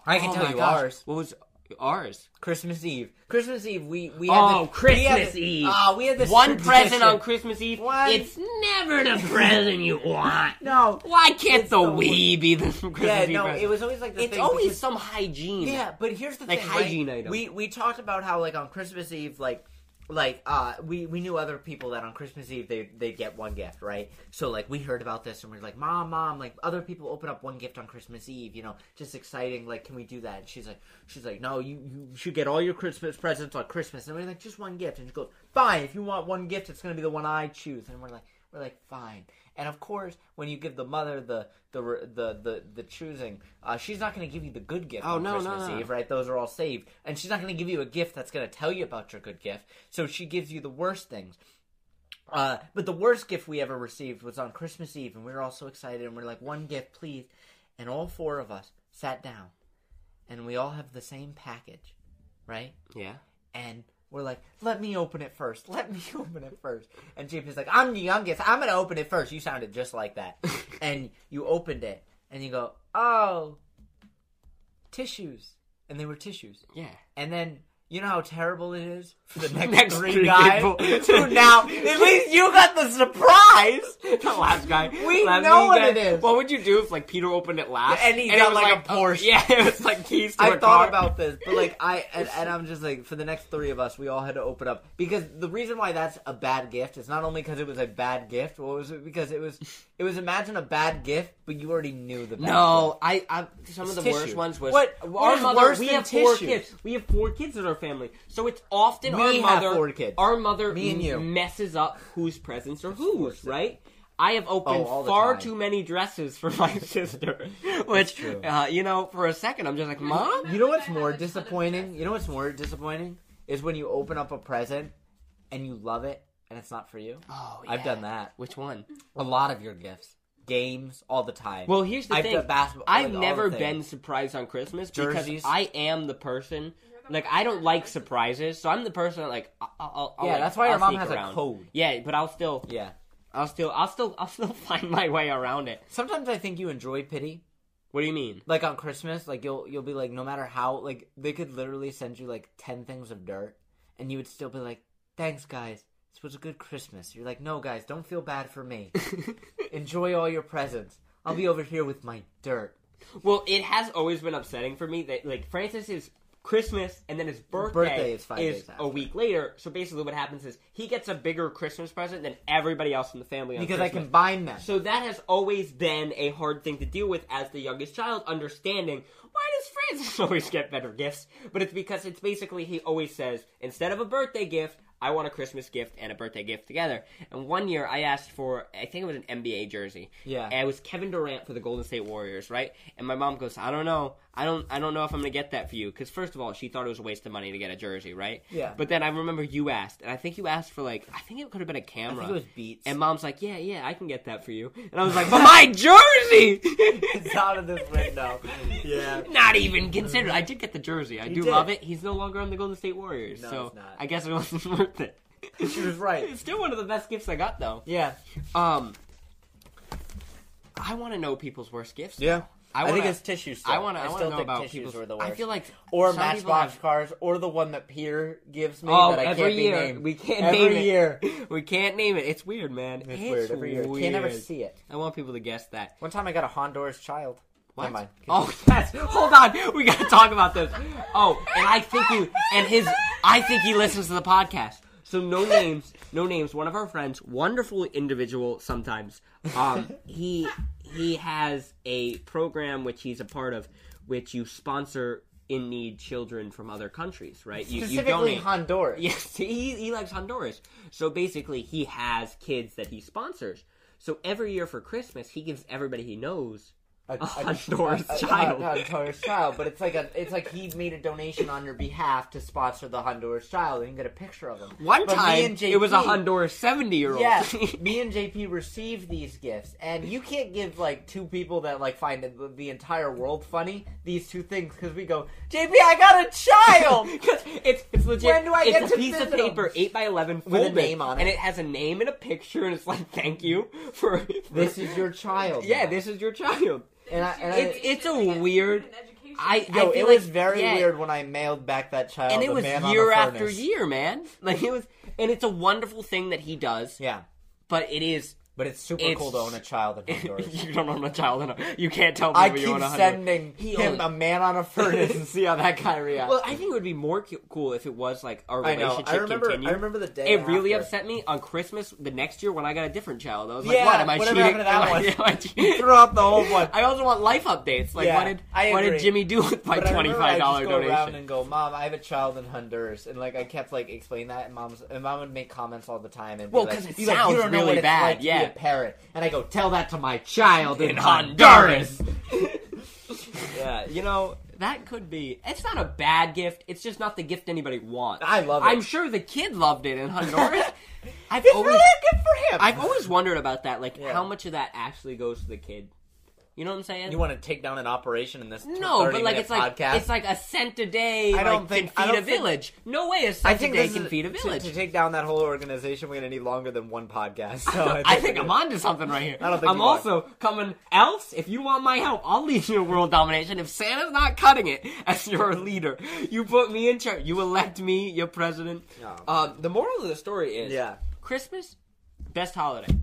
[SPEAKER 2] I can
[SPEAKER 1] oh
[SPEAKER 2] tell
[SPEAKER 1] my
[SPEAKER 2] you
[SPEAKER 1] gosh.
[SPEAKER 2] ours.
[SPEAKER 1] What was ours?
[SPEAKER 2] Christmas Eve. Christmas Eve. We we had
[SPEAKER 1] Oh,
[SPEAKER 2] this, we had
[SPEAKER 1] Christmas
[SPEAKER 2] this-
[SPEAKER 1] Eve.
[SPEAKER 2] Ah, we had this
[SPEAKER 1] one
[SPEAKER 2] tradition.
[SPEAKER 1] present on Christmas Eve.
[SPEAKER 2] One-
[SPEAKER 1] It's never the present you want.
[SPEAKER 2] No.
[SPEAKER 1] Why can't
[SPEAKER 2] It's
[SPEAKER 1] the
[SPEAKER 2] the wor-
[SPEAKER 1] Wii be the Christmas
[SPEAKER 2] Yeah,
[SPEAKER 1] Eve
[SPEAKER 2] no,
[SPEAKER 1] present?
[SPEAKER 2] it was always like the
[SPEAKER 1] it's
[SPEAKER 2] thing
[SPEAKER 1] always
[SPEAKER 2] because-
[SPEAKER 1] some hygiene.
[SPEAKER 2] Yeah, but here's the
[SPEAKER 1] Like
[SPEAKER 2] thing.
[SPEAKER 1] hygiene
[SPEAKER 2] right?
[SPEAKER 1] item.
[SPEAKER 2] We we talked about how like on Christmas Eve, like like uh we we knew other people that on Christmas Eve they they get one gift, right? So like we heard about this and we are like, mom, mom, like other people open up one gift on Christmas Eve, you know, just exciting. Like, can we do that? And she's like, she's like, no, you you should get all your Christmas presents on Christmas, and we're like, just one gift, and she goes, fine, if you want one gift, it's gonna be the one I choose, and we're like. We're like, fine. And of course, when you give the mother the the the the, the choosing, uh, she's not going to give you the good gift
[SPEAKER 1] Oh,
[SPEAKER 2] on
[SPEAKER 1] no, no,
[SPEAKER 2] Christmas
[SPEAKER 1] no.
[SPEAKER 2] Eve, right? Those are all saved, and she's not going to give you a gift that's going to tell you about your good gift. So she gives you the worst things. Uh, but the worst gift we ever received was on Christmas Eve, and we were all so excited, and we are like, one gift, please. And all four of us sat down, and we all have the same package, right?
[SPEAKER 1] Yeah.
[SPEAKER 2] and we're like, let me open it first. Let me open it first. And JP's like, I'm the youngest. I'm going to open it first. You sounded just like that. and you opened it and you go, oh, tissues. And they were tissues.
[SPEAKER 1] Yeah.
[SPEAKER 2] And then you know how terrible it is for the next,
[SPEAKER 1] Next
[SPEAKER 2] three,
[SPEAKER 1] three
[SPEAKER 2] guys
[SPEAKER 1] people.
[SPEAKER 2] who now, at least you got the surprise.
[SPEAKER 1] The last guy.
[SPEAKER 2] We
[SPEAKER 1] last
[SPEAKER 2] know
[SPEAKER 1] week
[SPEAKER 2] what
[SPEAKER 1] guy.
[SPEAKER 2] it is.
[SPEAKER 1] What would you do if like Peter opened it last?
[SPEAKER 2] Yeah, and he
[SPEAKER 1] it
[SPEAKER 2] got,
[SPEAKER 1] was
[SPEAKER 2] like, a
[SPEAKER 1] oh,
[SPEAKER 2] Porsche.
[SPEAKER 1] yeah, it was like keys to
[SPEAKER 2] I
[SPEAKER 1] a
[SPEAKER 2] thought
[SPEAKER 1] car.
[SPEAKER 2] about this, but like I and, and I'm just like for the next three of us, we all had to open up because the reason why that's a bad gift is not only because it was a bad gift, well, it was because it was it was imagine a bad gift, but you already knew the bad
[SPEAKER 1] No, I, I some of
[SPEAKER 2] It's
[SPEAKER 1] the worst
[SPEAKER 2] tissue.
[SPEAKER 1] ones was
[SPEAKER 2] What-
[SPEAKER 1] our
[SPEAKER 2] what is
[SPEAKER 1] mother-
[SPEAKER 2] worse
[SPEAKER 1] we
[SPEAKER 2] than
[SPEAKER 1] have four
[SPEAKER 2] tissue?
[SPEAKER 1] kids. We have four kids in our family, so it's often
[SPEAKER 2] We
[SPEAKER 1] our
[SPEAKER 2] have
[SPEAKER 1] mother.
[SPEAKER 2] four kids.
[SPEAKER 1] Our mother
[SPEAKER 2] Me and you.
[SPEAKER 1] messes up whose presents are whose, right? I have opened
[SPEAKER 2] Oh, all the
[SPEAKER 1] far
[SPEAKER 2] time.
[SPEAKER 1] too many dresses for my sister, which
[SPEAKER 2] true.
[SPEAKER 1] uh, you know, for a second, I'm just like, mom.
[SPEAKER 2] gift. You know what's more disappointing? You know what's more disappointing is when you open up a present and you love it and it's not for you.
[SPEAKER 1] Oh,
[SPEAKER 2] I've done that.
[SPEAKER 1] Which one?
[SPEAKER 2] A lot of your gifts, games, all the time.
[SPEAKER 1] Well, here's the
[SPEAKER 2] I've
[SPEAKER 1] thing.
[SPEAKER 2] done basketball-
[SPEAKER 1] I've
[SPEAKER 2] like, all
[SPEAKER 1] never
[SPEAKER 2] the
[SPEAKER 1] been
[SPEAKER 2] things.
[SPEAKER 1] surprised on Christmas
[SPEAKER 2] Jerseys.
[SPEAKER 1] because I am the person. Like I don't like surprises, so I'm the person that like I'll, I'll, I'll
[SPEAKER 2] Yeah,
[SPEAKER 1] like,
[SPEAKER 2] that's why your
[SPEAKER 1] I'll
[SPEAKER 2] mom
[SPEAKER 1] sneak
[SPEAKER 2] has a
[SPEAKER 1] around.
[SPEAKER 2] code.
[SPEAKER 1] Yeah, but I'll still,
[SPEAKER 2] Yeah.
[SPEAKER 1] I'll still, I'll still, I'll still find my way around it.
[SPEAKER 2] Sometimes I think you enjoy pity.
[SPEAKER 1] What do you mean?
[SPEAKER 2] like on Christmas, like you'll you'll be like, no matter how, like they could literally send you like ten things of dirt, and you would still be like, thanks guys, this was a good Christmas. You're like, no guys, don't feel bad for me. Enjoy all your presents. I'll be over here with my dirt.
[SPEAKER 1] Well, it has always been upsetting for me that like Francis's Christmas and then his birthday,
[SPEAKER 2] Birthday is five days after.
[SPEAKER 1] a week later. So basically, what happens is he gets a bigger Christmas present than everybody else in the family on
[SPEAKER 2] Because I
[SPEAKER 1] Christmas.
[SPEAKER 2] combine them.
[SPEAKER 1] So that has always been a hard thing to deal with as the youngest child, understanding why does Francis always get better gifts? But it's because it's basically he always says, instead of a birthday gift, I want a Christmas gift and a birthday gift together. And one year I asked for, I think it was an NBA jersey.
[SPEAKER 2] Yeah.
[SPEAKER 1] And it was Kevin Durant for the Golden State Warriors, right? And my mom goes, I don't know, I don't, I don't know if I'm gonna get that for you, because first of all, she thought it was a waste of money to get a jersey, right?
[SPEAKER 2] Yeah.
[SPEAKER 1] But then I remember you asked, and I think you asked for like, I think it could have been a
[SPEAKER 2] I
[SPEAKER 1] camera.
[SPEAKER 2] think it was Beats.
[SPEAKER 1] And mom's like, yeah, yeah, I can get that for you. And I was like, but my jersey!
[SPEAKER 2] it's out of this window. Yeah.
[SPEAKER 1] Not even considered. I did get the jersey. I
[SPEAKER 2] You
[SPEAKER 1] do
[SPEAKER 2] did.
[SPEAKER 1] love it. He's no longer on the Golden State Warriors,
[SPEAKER 2] No,
[SPEAKER 1] so
[SPEAKER 2] he's not.
[SPEAKER 1] I guess it wasn't worth it.
[SPEAKER 2] She was right.
[SPEAKER 1] It's still one of the best gifts I got, though.
[SPEAKER 2] Yeah.
[SPEAKER 1] Um, I want to know people's worst gifts.
[SPEAKER 2] Yeah. I,
[SPEAKER 1] I, wanna,
[SPEAKER 2] think it's tissues. Still.
[SPEAKER 1] I want to. I, want to
[SPEAKER 2] still
[SPEAKER 1] know
[SPEAKER 2] think
[SPEAKER 1] about
[SPEAKER 2] tissues
[SPEAKER 1] people's.
[SPEAKER 2] were the worst.
[SPEAKER 1] I feel like
[SPEAKER 2] or
[SPEAKER 1] some people
[SPEAKER 2] Matchbox
[SPEAKER 1] have-
[SPEAKER 2] cars, or the one that Peter gives me
[SPEAKER 1] Oh,
[SPEAKER 2] that I
[SPEAKER 1] every
[SPEAKER 2] can't be
[SPEAKER 1] year
[SPEAKER 2] named.
[SPEAKER 1] we can't
[SPEAKER 2] every
[SPEAKER 1] name it.
[SPEAKER 2] year.
[SPEAKER 1] We can't name it. It's weird, man.
[SPEAKER 2] It's weird. Every year. Can't ever
[SPEAKER 1] weird.
[SPEAKER 2] see it.
[SPEAKER 1] I want people to guess that.
[SPEAKER 2] One time I got a Honduras child.
[SPEAKER 1] What?
[SPEAKER 2] Never mind.
[SPEAKER 1] Oh yes. Hold on. We gotta talk about this. Oh, and I think he and his I think he listens to the podcast. So no names, no names. One of our friends, wonderful individual sometimes. Um he he has a program which he's a part of which you sponsor in need children from other countries, right? You, you
[SPEAKER 2] Specifically
[SPEAKER 1] donate.
[SPEAKER 2] Honduras.
[SPEAKER 1] Yes, he, he likes Honduras. So basically, he has kids that he sponsors. So every year for Christmas, he gives everybody he knows
[SPEAKER 2] a,
[SPEAKER 1] a Honduras
[SPEAKER 2] a- a-
[SPEAKER 1] child.
[SPEAKER 2] a Honduras child, but it's like a, it's like he made a donation on your behalf to sponsor the Honduras child, and you get a picture of him.
[SPEAKER 1] One
[SPEAKER 2] But me
[SPEAKER 1] time,
[SPEAKER 2] and
[SPEAKER 1] it was a
[SPEAKER 2] JP
[SPEAKER 1] Honduras 70 year old.
[SPEAKER 2] Yeah, me and JP received these gifts, and you can't give like two people that like find the, the entire world funny these two things because we go, JP, I got a child.
[SPEAKER 1] it's, it's legit.
[SPEAKER 2] When do I
[SPEAKER 1] it's
[SPEAKER 2] get
[SPEAKER 1] a
[SPEAKER 2] to
[SPEAKER 1] piece of
[SPEAKER 2] visit 'em?
[SPEAKER 1] paper, 8 by 11
[SPEAKER 2] With a
[SPEAKER 1] folded,
[SPEAKER 2] name on it.
[SPEAKER 1] And it has a name and a picture, and it's like, thank you for. for-
[SPEAKER 2] this is your child.
[SPEAKER 1] Yeah, this is your child.
[SPEAKER 2] And I, and I,
[SPEAKER 1] It's- it's a weird- I,
[SPEAKER 3] I.
[SPEAKER 2] yo,
[SPEAKER 1] I feel
[SPEAKER 2] it was
[SPEAKER 1] like-
[SPEAKER 2] very
[SPEAKER 1] yeah,
[SPEAKER 2] weird when I mailed back that child.
[SPEAKER 1] And it
[SPEAKER 2] the
[SPEAKER 1] was
[SPEAKER 2] man on
[SPEAKER 1] year
[SPEAKER 2] the
[SPEAKER 1] after
[SPEAKER 2] furnace.
[SPEAKER 1] year, man. Like it was, and it's a wonderful thing that he does.
[SPEAKER 2] Yeah,
[SPEAKER 1] But it is
[SPEAKER 2] but it's super
[SPEAKER 1] It's-
[SPEAKER 2] cool to own a child in Honduras.
[SPEAKER 1] you don't own a child in a, you can't tell
[SPEAKER 2] I
[SPEAKER 1] people you
[SPEAKER 2] keep
[SPEAKER 1] own a hundred.
[SPEAKER 2] sending
[SPEAKER 1] He
[SPEAKER 2] him
[SPEAKER 1] owned-
[SPEAKER 2] a man on a furnace and see how that guy reacts.
[SPEAKER 1] Well, I think it would be more cu- cool if it was like our
[SPEAKER 2] I know.
[SPEAKER 1] relationship
[SPEAKER 2] I remember.
[SPEAKER 1] continued.
[SPEAKER 2] I remember the day.
[SPEAKER 1] it really
[SPEAKER 2] after.
[SPEAKER 1] upset me on Christmas the next year when I got a different child. I was like,
[SPEAKER 2] Yeah,
[SPEAKER 1] "What am I
[SPEAKER 2] whatever
[SPEAKER 1] cheating?"
[SPEAKER 2] happened to that
[SPEAKER 1] Am I-
[SPEAKER 2] one?
[SPEAKER 1] am I
[SPEAKER 2] He
[SPEAKER 1] cheating?
[SPEAKER 2] threw out the whole one.
[SPEAKER 1] I also want life updates. Like,
[SPEAKER 2] Yeah,
[SPEAKER 1] what did
[SPEAKER 2] I
[SPEAKER 1] what did
[SPEAKER 2] agree.
[SPEAKER 1] Jimmy do with my
[SPEAKER 2] But I
[SPEAKER 1] twenty
[SPEAKER 2] remember
[SPEAKER 1] five
[SPEAKER 2] I'd
[SPEAKER 1] dollar
[SPEAKER 2] just go around
[SPEAKER 1] donation?
[SPEAKER 2] and go, Mom, I have a child in Honduras, and like I kept like explaining that, and mom's and mom would make comments all the time, and be
[SPEAKER 1] Well,
[SPEAKER 2] like,
[SPEAKER 1] 'cause it
[SPEAKER 2] "You, like,
[SPEAKER 1] sounds
[SPEAKER 2] you don't know
[SPEAKER 1] really
[SPEAKER 2] what it's
[SPEAKER 1] bad,
[SPEAKER 2] like to be
[SPEAKER 1] yeah.
[SPEAKER 2] a parent, and I go, tell that to my child in,
[SPEAKER 1] In
[SPEAKER 2] Honduras.
[SPEAKER 1] yeah, you know that could be. It's not a bad gift. It's just not the gift anybody wants.
[SPEAKER 2] I love it.
[SPEAKER 1] I'm sure the kid loved it in Honduras. I've
[SPEAKER 2] Good for
[SPEAKER 1] always
[SPEAKER 2] him. Good for him.
[SPEAKER 1] I've always wondered about that. Like,
[SPEAKER 2] Yeah.
[SPEAKER 1] how much of that actually goes to the kid? You know what I'm saying?
[SPEAKER 2] you want to take down an operation in this?
[SPEAKER 1] No, but like
[SPEAKER 2] 30-minute
[SPEAKER 1] it's like
[SPEAKER 2] podcast?
[SPEAKER 1] it's like a cent a day.
[SPEAKER 2] I don't
[SPEAKER 1] like,
[SPEAKER 2] think-
[SPEAKER 1] can
[SPEAKER 2] I
[SPEAKER 1] feed
[SPEAKER 2] don't
[SPEAKER 1] a
[SPEAKER 2] think-
[SPEAKER 1] village. No way a
[SPEAKER 2] I
[SPEAKER 1] cent a
[SPEAKER 2] think
[SPEAKER 1] day
[SPEAKER 2] this
[SPEAKER 1] can
[SPEAKER 2] is-
[SPEAKER 1] feed a
[SPEAKER 2] to-
[SPEAKER 1] village.
[SPEAKER 2] To, take down that whole organization, we're gonna need longer than one podcast. So
[SPEAKER 1] I think I'm onto something right here.
[SPEAKER 2] I don't think
[SPEAKER 1] am
[SPEAKER 2] you are.
[SPEAKER 1] also coming else. If you want my help, I'll lead you to world domination. If Santa's not cutting it as your leader, you put me in charge. You elect me your president.
[SPEAKER 2] Yeah.
[SPEAKER 1] Um, the moral of the story is
[SPEAKER 2] Yeah,
[SPEAKER 1] Christmas, best holiday,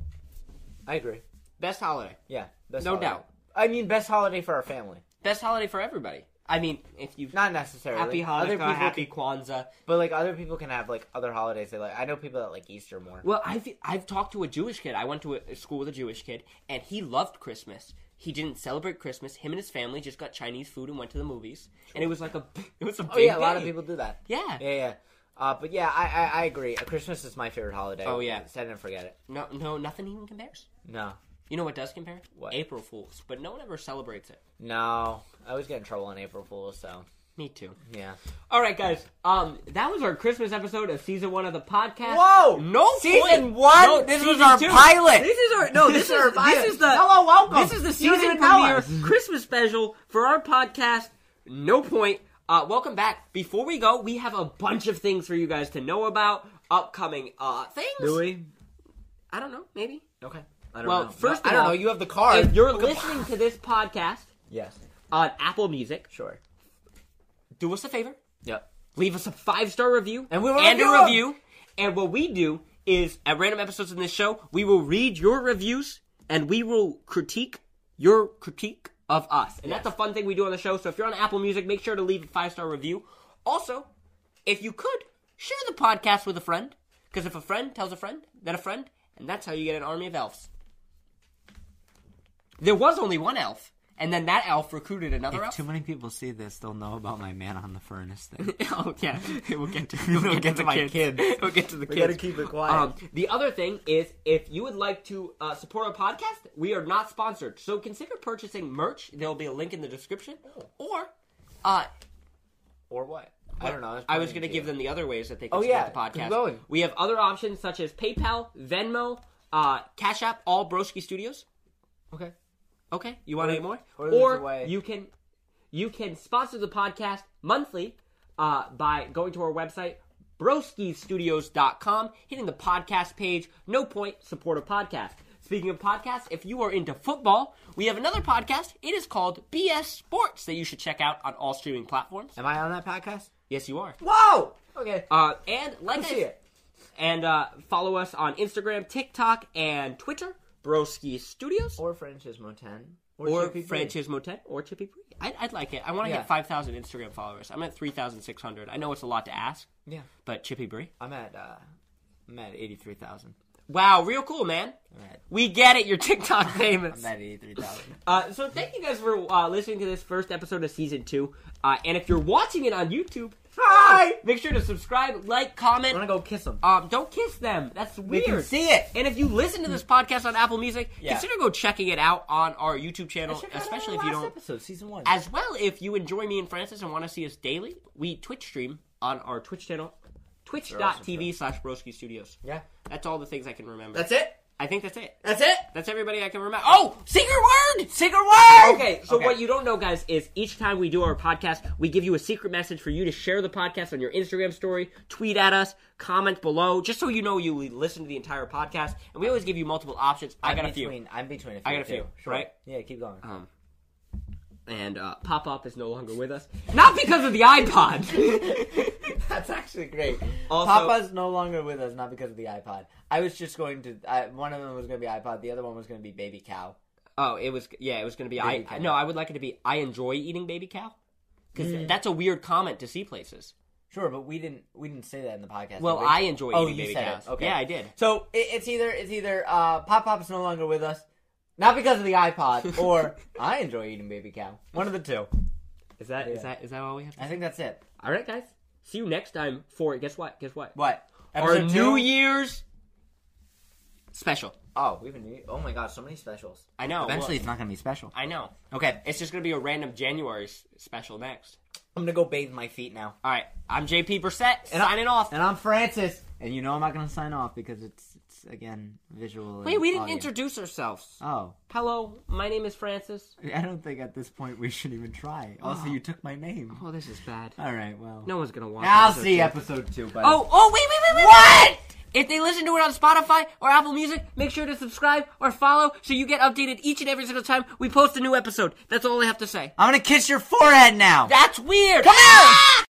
[SPEAKER 2] I agree.
[SPEAKER 1] best holiday,
[SPEAKER 2] Yeah, best
[SPEAKER 1] no
[SPEAKER 2] holiday.
[SPEAKER 1] doubt,
[SPEAKER 2] I mean, best holiday for our family.
[SPEAKER 1] best holiday for everybody. I mean, if you
[SPEAKER 2] Not necessarily.
[SPEAKER 1] happy
[SPEAKER 2] Other people
[SPEAKER 1] Hanukkah, happy
[SPEAKER 2] can-
[SPEAKER 1] Kwanzaa.
[SPEAKER 2] but like other people can have like other holidays they like. I know people that like Easter more.
[SPEAKER 1] Well, I've I've talked to a Jewish kid. I went to a a school with a Jewish kid, and he loved Christmas. He didn't celebrate Christmas. Him and his family just got Chinese food and went to the movies, and it was like a it was a big
[SPEAKER 2] oh yeah, a lot of
[SPEAKER 1] day.
[SPEAKER 2] people do that.
[SPEAKER 1] Yeah.
[SPEAKER 2] yeah, yeah. Uh, but yeah, I, I I agree. Uh, Christmas is my favorite holiday.
[SPEAKER 1] Oh, yeah.
[SPEAKER 2] set it and forget it.
[SPEAKER 1] No, no, nothing even compares.
[SPEAKER 2] No,
[SPEAKER 1] You know what does compare?
[SPEAKER 2] What?
[SPEAKER 1] April Fools, but no one ever celebrates it.
[SPEAKER 2] no. I always get in trouble on April Fool's. So
[SPEAKER 1] Me too.
[SPEAKER 2] yeah.
[SPEAKER 1] All right, guys. Um, that was our Christmas episode of season one of the podcast.
[SPEAKER 2] Whoa!
[SPEAKER 1] No
[SPEAKER 2] Season
[SPEAKER 1] point.
[SPEAKER 2] one?
[SPEAKER 1] No,
[SPEAKER 2] This
[SPEAKER 1] season
[SPEAKER 2] was our
[SPEAKER 1] two.
[SPEAKER 2] pilot.
[SPEAKER 1] This is our no. This,
[SPEAKER 2] is
[SPEAKER 1] is,
[SPEAKER 2] our pilot.
[SPEAKER 1] this is the
[SPEAKER 2] Hello, welcome.
[SPEAKER 1] This is the
[SPEAKER 2] You didn't
[SPEAKER 1] season
[SPEAKER 2] even tell
[SPEAKER 1] premiere
[SPEAKER 2] us.
[SPEAKER 1] Christmas special for our podcast. No point. Uh, welcome back. Before we go, we have a bunch of things for you guys to know about upcoming uh things.
[SPEAKER 2] we?
[SPEAKER 1] I don't know. Maybe
[SPEAKER 2] Okay. I don't
[SPEAKER 1] Well,
[SPEAKER 2] know.
[SPEAKER 1] first of
[SPEAKER 2] No, I don't
[SPEAKER 1] all,
[SPEAKER 2] know. You have the card.
[SPEAKER 1] if you're
[SPEAKER 2] Look at-
[SPEAKER 1] listening to this podcast
[SPEAKER 2] Yes.
[SPEAKER 1] on Apple Music,
[SPEAKER 2] Sure.
[SPEAKER 1] do us a favor.
[SPEAKER 2] Yep.
[SPEAKER 1] leave us a five star review
[SPEAKER 2] And we will
[SPEAKER 1] and a
[SPEAKER 2] review 'em.
[SPEAKER 1] review. And what we do is at random episodes in this show, we will read your reviews and we will critique your critique of us. And that's a fun thing we do on the show. So if you're on Apple Music, make sure to leave a five star review. Also, if you could share the podcast with a friend, because if a friend tells a friend, then a friend, and that's how you get an army of elves. There was only one elf, and then that elf recruited another
[SPEAKER 2] If
[SPEAKER 1] elf.
[SPEAKER 2] too many people see this, they'll know about my man on the furnace thing.
[SPEAKER 1] oh yeah, we'll get to we'll,
[SPEAKER 2] We'll
[SPEAKER 1] get,
[SPEAKER 2] get
[SPEAKER 1] to,
[SPEAKER 2] to
[SPEAKER 1] my
[SPEAKER 2] my
[SPEAKER 1] kids.
[SPEAKER 2] kids.
[SPEAKER 1] We'll get to the
[SPEAKER 2] We
[SPEAKER 1] kids.
[SPEAKER 2] gotta keep it quiet.
[SPEAKER 1] Um, the other thing is, if you would like to uh, support our podcast, we are not sponsored, so consider purchasing merch. There will be a link in the description,
[SPEAKER 2] Oh.
[SPEAKER 1] or uh,
[SPEAKER 2] or what? I don't know. That's
[SPEAKER 1] I was going
[SPEAKER 2] probably
[SPEAKER 1] to give
[SPEAKER 2] up to
[SPEAKER 1] them the other ways that they can support
[SPEAKER 2] yeah,
[SPEAKER 1] the podcast.
[SPEAKER 2] keep going.
[SPEAKER 1] We have other options such as PayPal, Venmo, uh, Cash App, all Broski Studios.
[SPEAKER 2] you. Okay.
[SPEAKER 1] Okay, you want any more?
[SPEAKER 2] or there's a way-
[SPEAKER 1] you can you can sponsor the podcast monthly uh, by going to our website broskistudios.com, hitting the podcast page. No point, support a podcast. Speaking of podcasts, if you are into football, we have another podcast. It is called BS Sports that you should check out on all streaming platforms.
[SPEAKER 2] Am I on that podcast?
[SPEAKER 1] Yes, you are.
[SPEAKER 4] Whoa! Okay.
[SPEAKER 1] Uh, and like I
[SPEAKER 4] see it.
[SPEAKER 1] and uh, follow us on Instagram, TikTok, and Twitter, Broski Studios, or,
[SPEAKER 4] Or Francis Moten. Chippy P.
[SPEAKER 1] Francis Motet, or Chippy Pre. I, I'd like it. I want to
[SPEAKER 4] Yeah.
[SPEAKER 1] get five thousand Instagram followers. I'm at three thousand six hundred. I know it's a lot to ask,
[SPEAKER 2] Yeah.
[SPEAKER 1] but Chippy Bree.
[SPEAKER 2] I'm at uh, I'm at eighty three thousand.
[SPEAKER 1] Wow, real cool, man.
[SPEAKER 2] I'm at
[SPEAKER 1] We get it. You're TikTok famous.
[SPEAKER 2] I'm at eighty three thousand.
[SPEAKER 1] Uh, so thank you guys for uh, listening to this first episode of season two. Uh, and if you're watching it on YouTube,
[SPEAKER 4] Hi!
[SPEAKER 1] make sure to subscribe, like,
[SPEAKER 4] I'm
[SPEAKER 1] comment.
[SPEAKER 4] gonna go kiss him.
[SPEAKER 1] Um, don't kiss them. That's
[SPEAKER 4] we
[SPEAKER 1] weird.
[SPEAKER 4] can see it.
[SPEAKER 1] And if you listen to this podcast on Apple Music,
[SPEAKER 2] Yeah.
[SPEAKER 1] consider go checking it out on our YouTube channel,
[SPEAKER 4] Check out
[SPEAKER 1] especially
[SPEAKER 4] our
[SPEAKER 1] if you
[SPEAKER 4] last
[SPEAKER 1] don't.
[SPEAKER 4] Episode season one.
[SPEAKER 1] As well, if you enjoy me and Francis and want to see us daily, we Twitch stream on our Twitch channel, twitch.tv slash broski studios.
[SPEAKER 2] Yeah.
[SPEAKER 1] That's all the things I can remember.
[SPEAKER 4] That's it.
[SPEAKER 1] I think that's it.
[SPEAKER 4] That's it.
[SPEAKER 1] That's everybody I can remember. Oh, secret word!
[SPEAKER 4] Secret
[SPEAKER 2] Oh,
[SPEAKER 4] word.
[SPEAKER 1] Okay, so what you don't know, guys, is each time we do our podcast, we give you a secret message for you to share the podcast on your Instagram story, tweet at us, comment below, just so you know you listen to the entire podcast. And we always give you multiple options. I
[SPEAKER 2] I'm
[SPEAKER 1] got a few.
[SPEAKER 2] between, I'm between a few.
[SPEAKER 1] I got a few,
[SPEAKER 2] too. Sure.
[SPEAKER 1] right? Uh-huh.
[SPEAKER 2] Yeah. Keep going.
[SPEAKER 1] And uh, Pop Up is no longer with us. Not because of the iPod.
[SPEAKER 2] That's actually great.
[SPEAKER 1] Also-
[SPEAKER 2] Papa's no longer with us, not because of the iPod. I was just going to. I, one of them was going to be iPod. The other one was going to be Baby Cow.
[SPEAKER 1] oh, it was, yeah, it was going to be, I,
[SPEAKER 2] Baby cow.
[SPEAKER 1] no, I would like it to be, I enjoy eating baby cow. Because that's a weird comment to see places.
[SPEAKER 2] Sure, but we didn't. We didn't say that in the podcast.
[SPEAKER 1] Well,
[SPEAKER 2] did we?
[SPEAKER 1] I enjoy
[SPEAKER 2] Oh,
[SPEAKER 1] eating
[SPEAKER 2] you
[SPEAKER 1] baby
[SPEAKER 2] said
[SPEAKER 1] cows.
[SPEAKER 2] it. Okay.
[SPEAKER 1] Yeah, I did.
[SPEAKER 2] So it, it's either it's either uh, Pop Pop's no longer with us, not because of the iPod, or I enjoy eating Baby Cow. One of the two.
[SPEAKER 1] Is that is
[SPEAKER 2] Yeah.
[SPEAKER 1] that is that all we have? To
[SPEAKER 2] I think that's it.
[SPEAKER 1] All right, guys. See you next time for guess what? Guess what?
[SPEAKER 2] What?
[SPEAKER 1] Our
[SPEAKER 2] Episode
[SPEAKER 1] New
[SPEAKER 2] two?
[SPEAKER 1] Year's special.
[SPEAKER 2] Oh, we have a new. Oh my God, so many specials.
[SPEAKER 1] I know.
[SPEAKER 2] Eventually,
[SPEAKER 1] well,
[SPEAKER 2] it's not going to be special.
[SPEAKER 1] I know.
[SPEAKER 2] Okay,
[SPEAKER 1] It's just gonna be a random January s- special next.
[SPEAKER 2] I'm going to go bathe my feet now.
[SPEAKER 1] All right. I'm JP Brissett
[SPEAKER 2] And I-
[SPEAKER 1] signing off.
[SPEAKER 2] And I'm Francis. And you know I'm not going to sign off because it's it's again visual. and
[SPEAKER 1] Wait, we didn't
[SPEAKER 2] audio.
[SPEAKER 1] introduce ourselves.
[SPEAKER 2] Oh,
[SPEAKER 1] Hello, my name is Francis.
[SPEAKER 2] I don't think at this point we should even try. Also, you took my name.
[SPEAKER 1] Oh, this is bad.
[SPEAKER 2] All right, well.
[SPEAKER 1] No one's gonna watch.
[SPEAKER 2] I'll
[SPEAKER 1] episode
[SPEAKER 2] see
[SPEAKER 1] two.
[SPEAKER 2] episode two, buddy.
[SPEAKER 1] Oh, oh, wait, wait, wait, wait. What? If they listen to it on Spotify or Apple Music, make sure to subscribe or follow so you get updated each and every single time we post a new episode. That's all I have to say.
[SPEAKER 2] I'm gonna kiss your forehead now. Ah!
[SPEAKER 1] That's weird.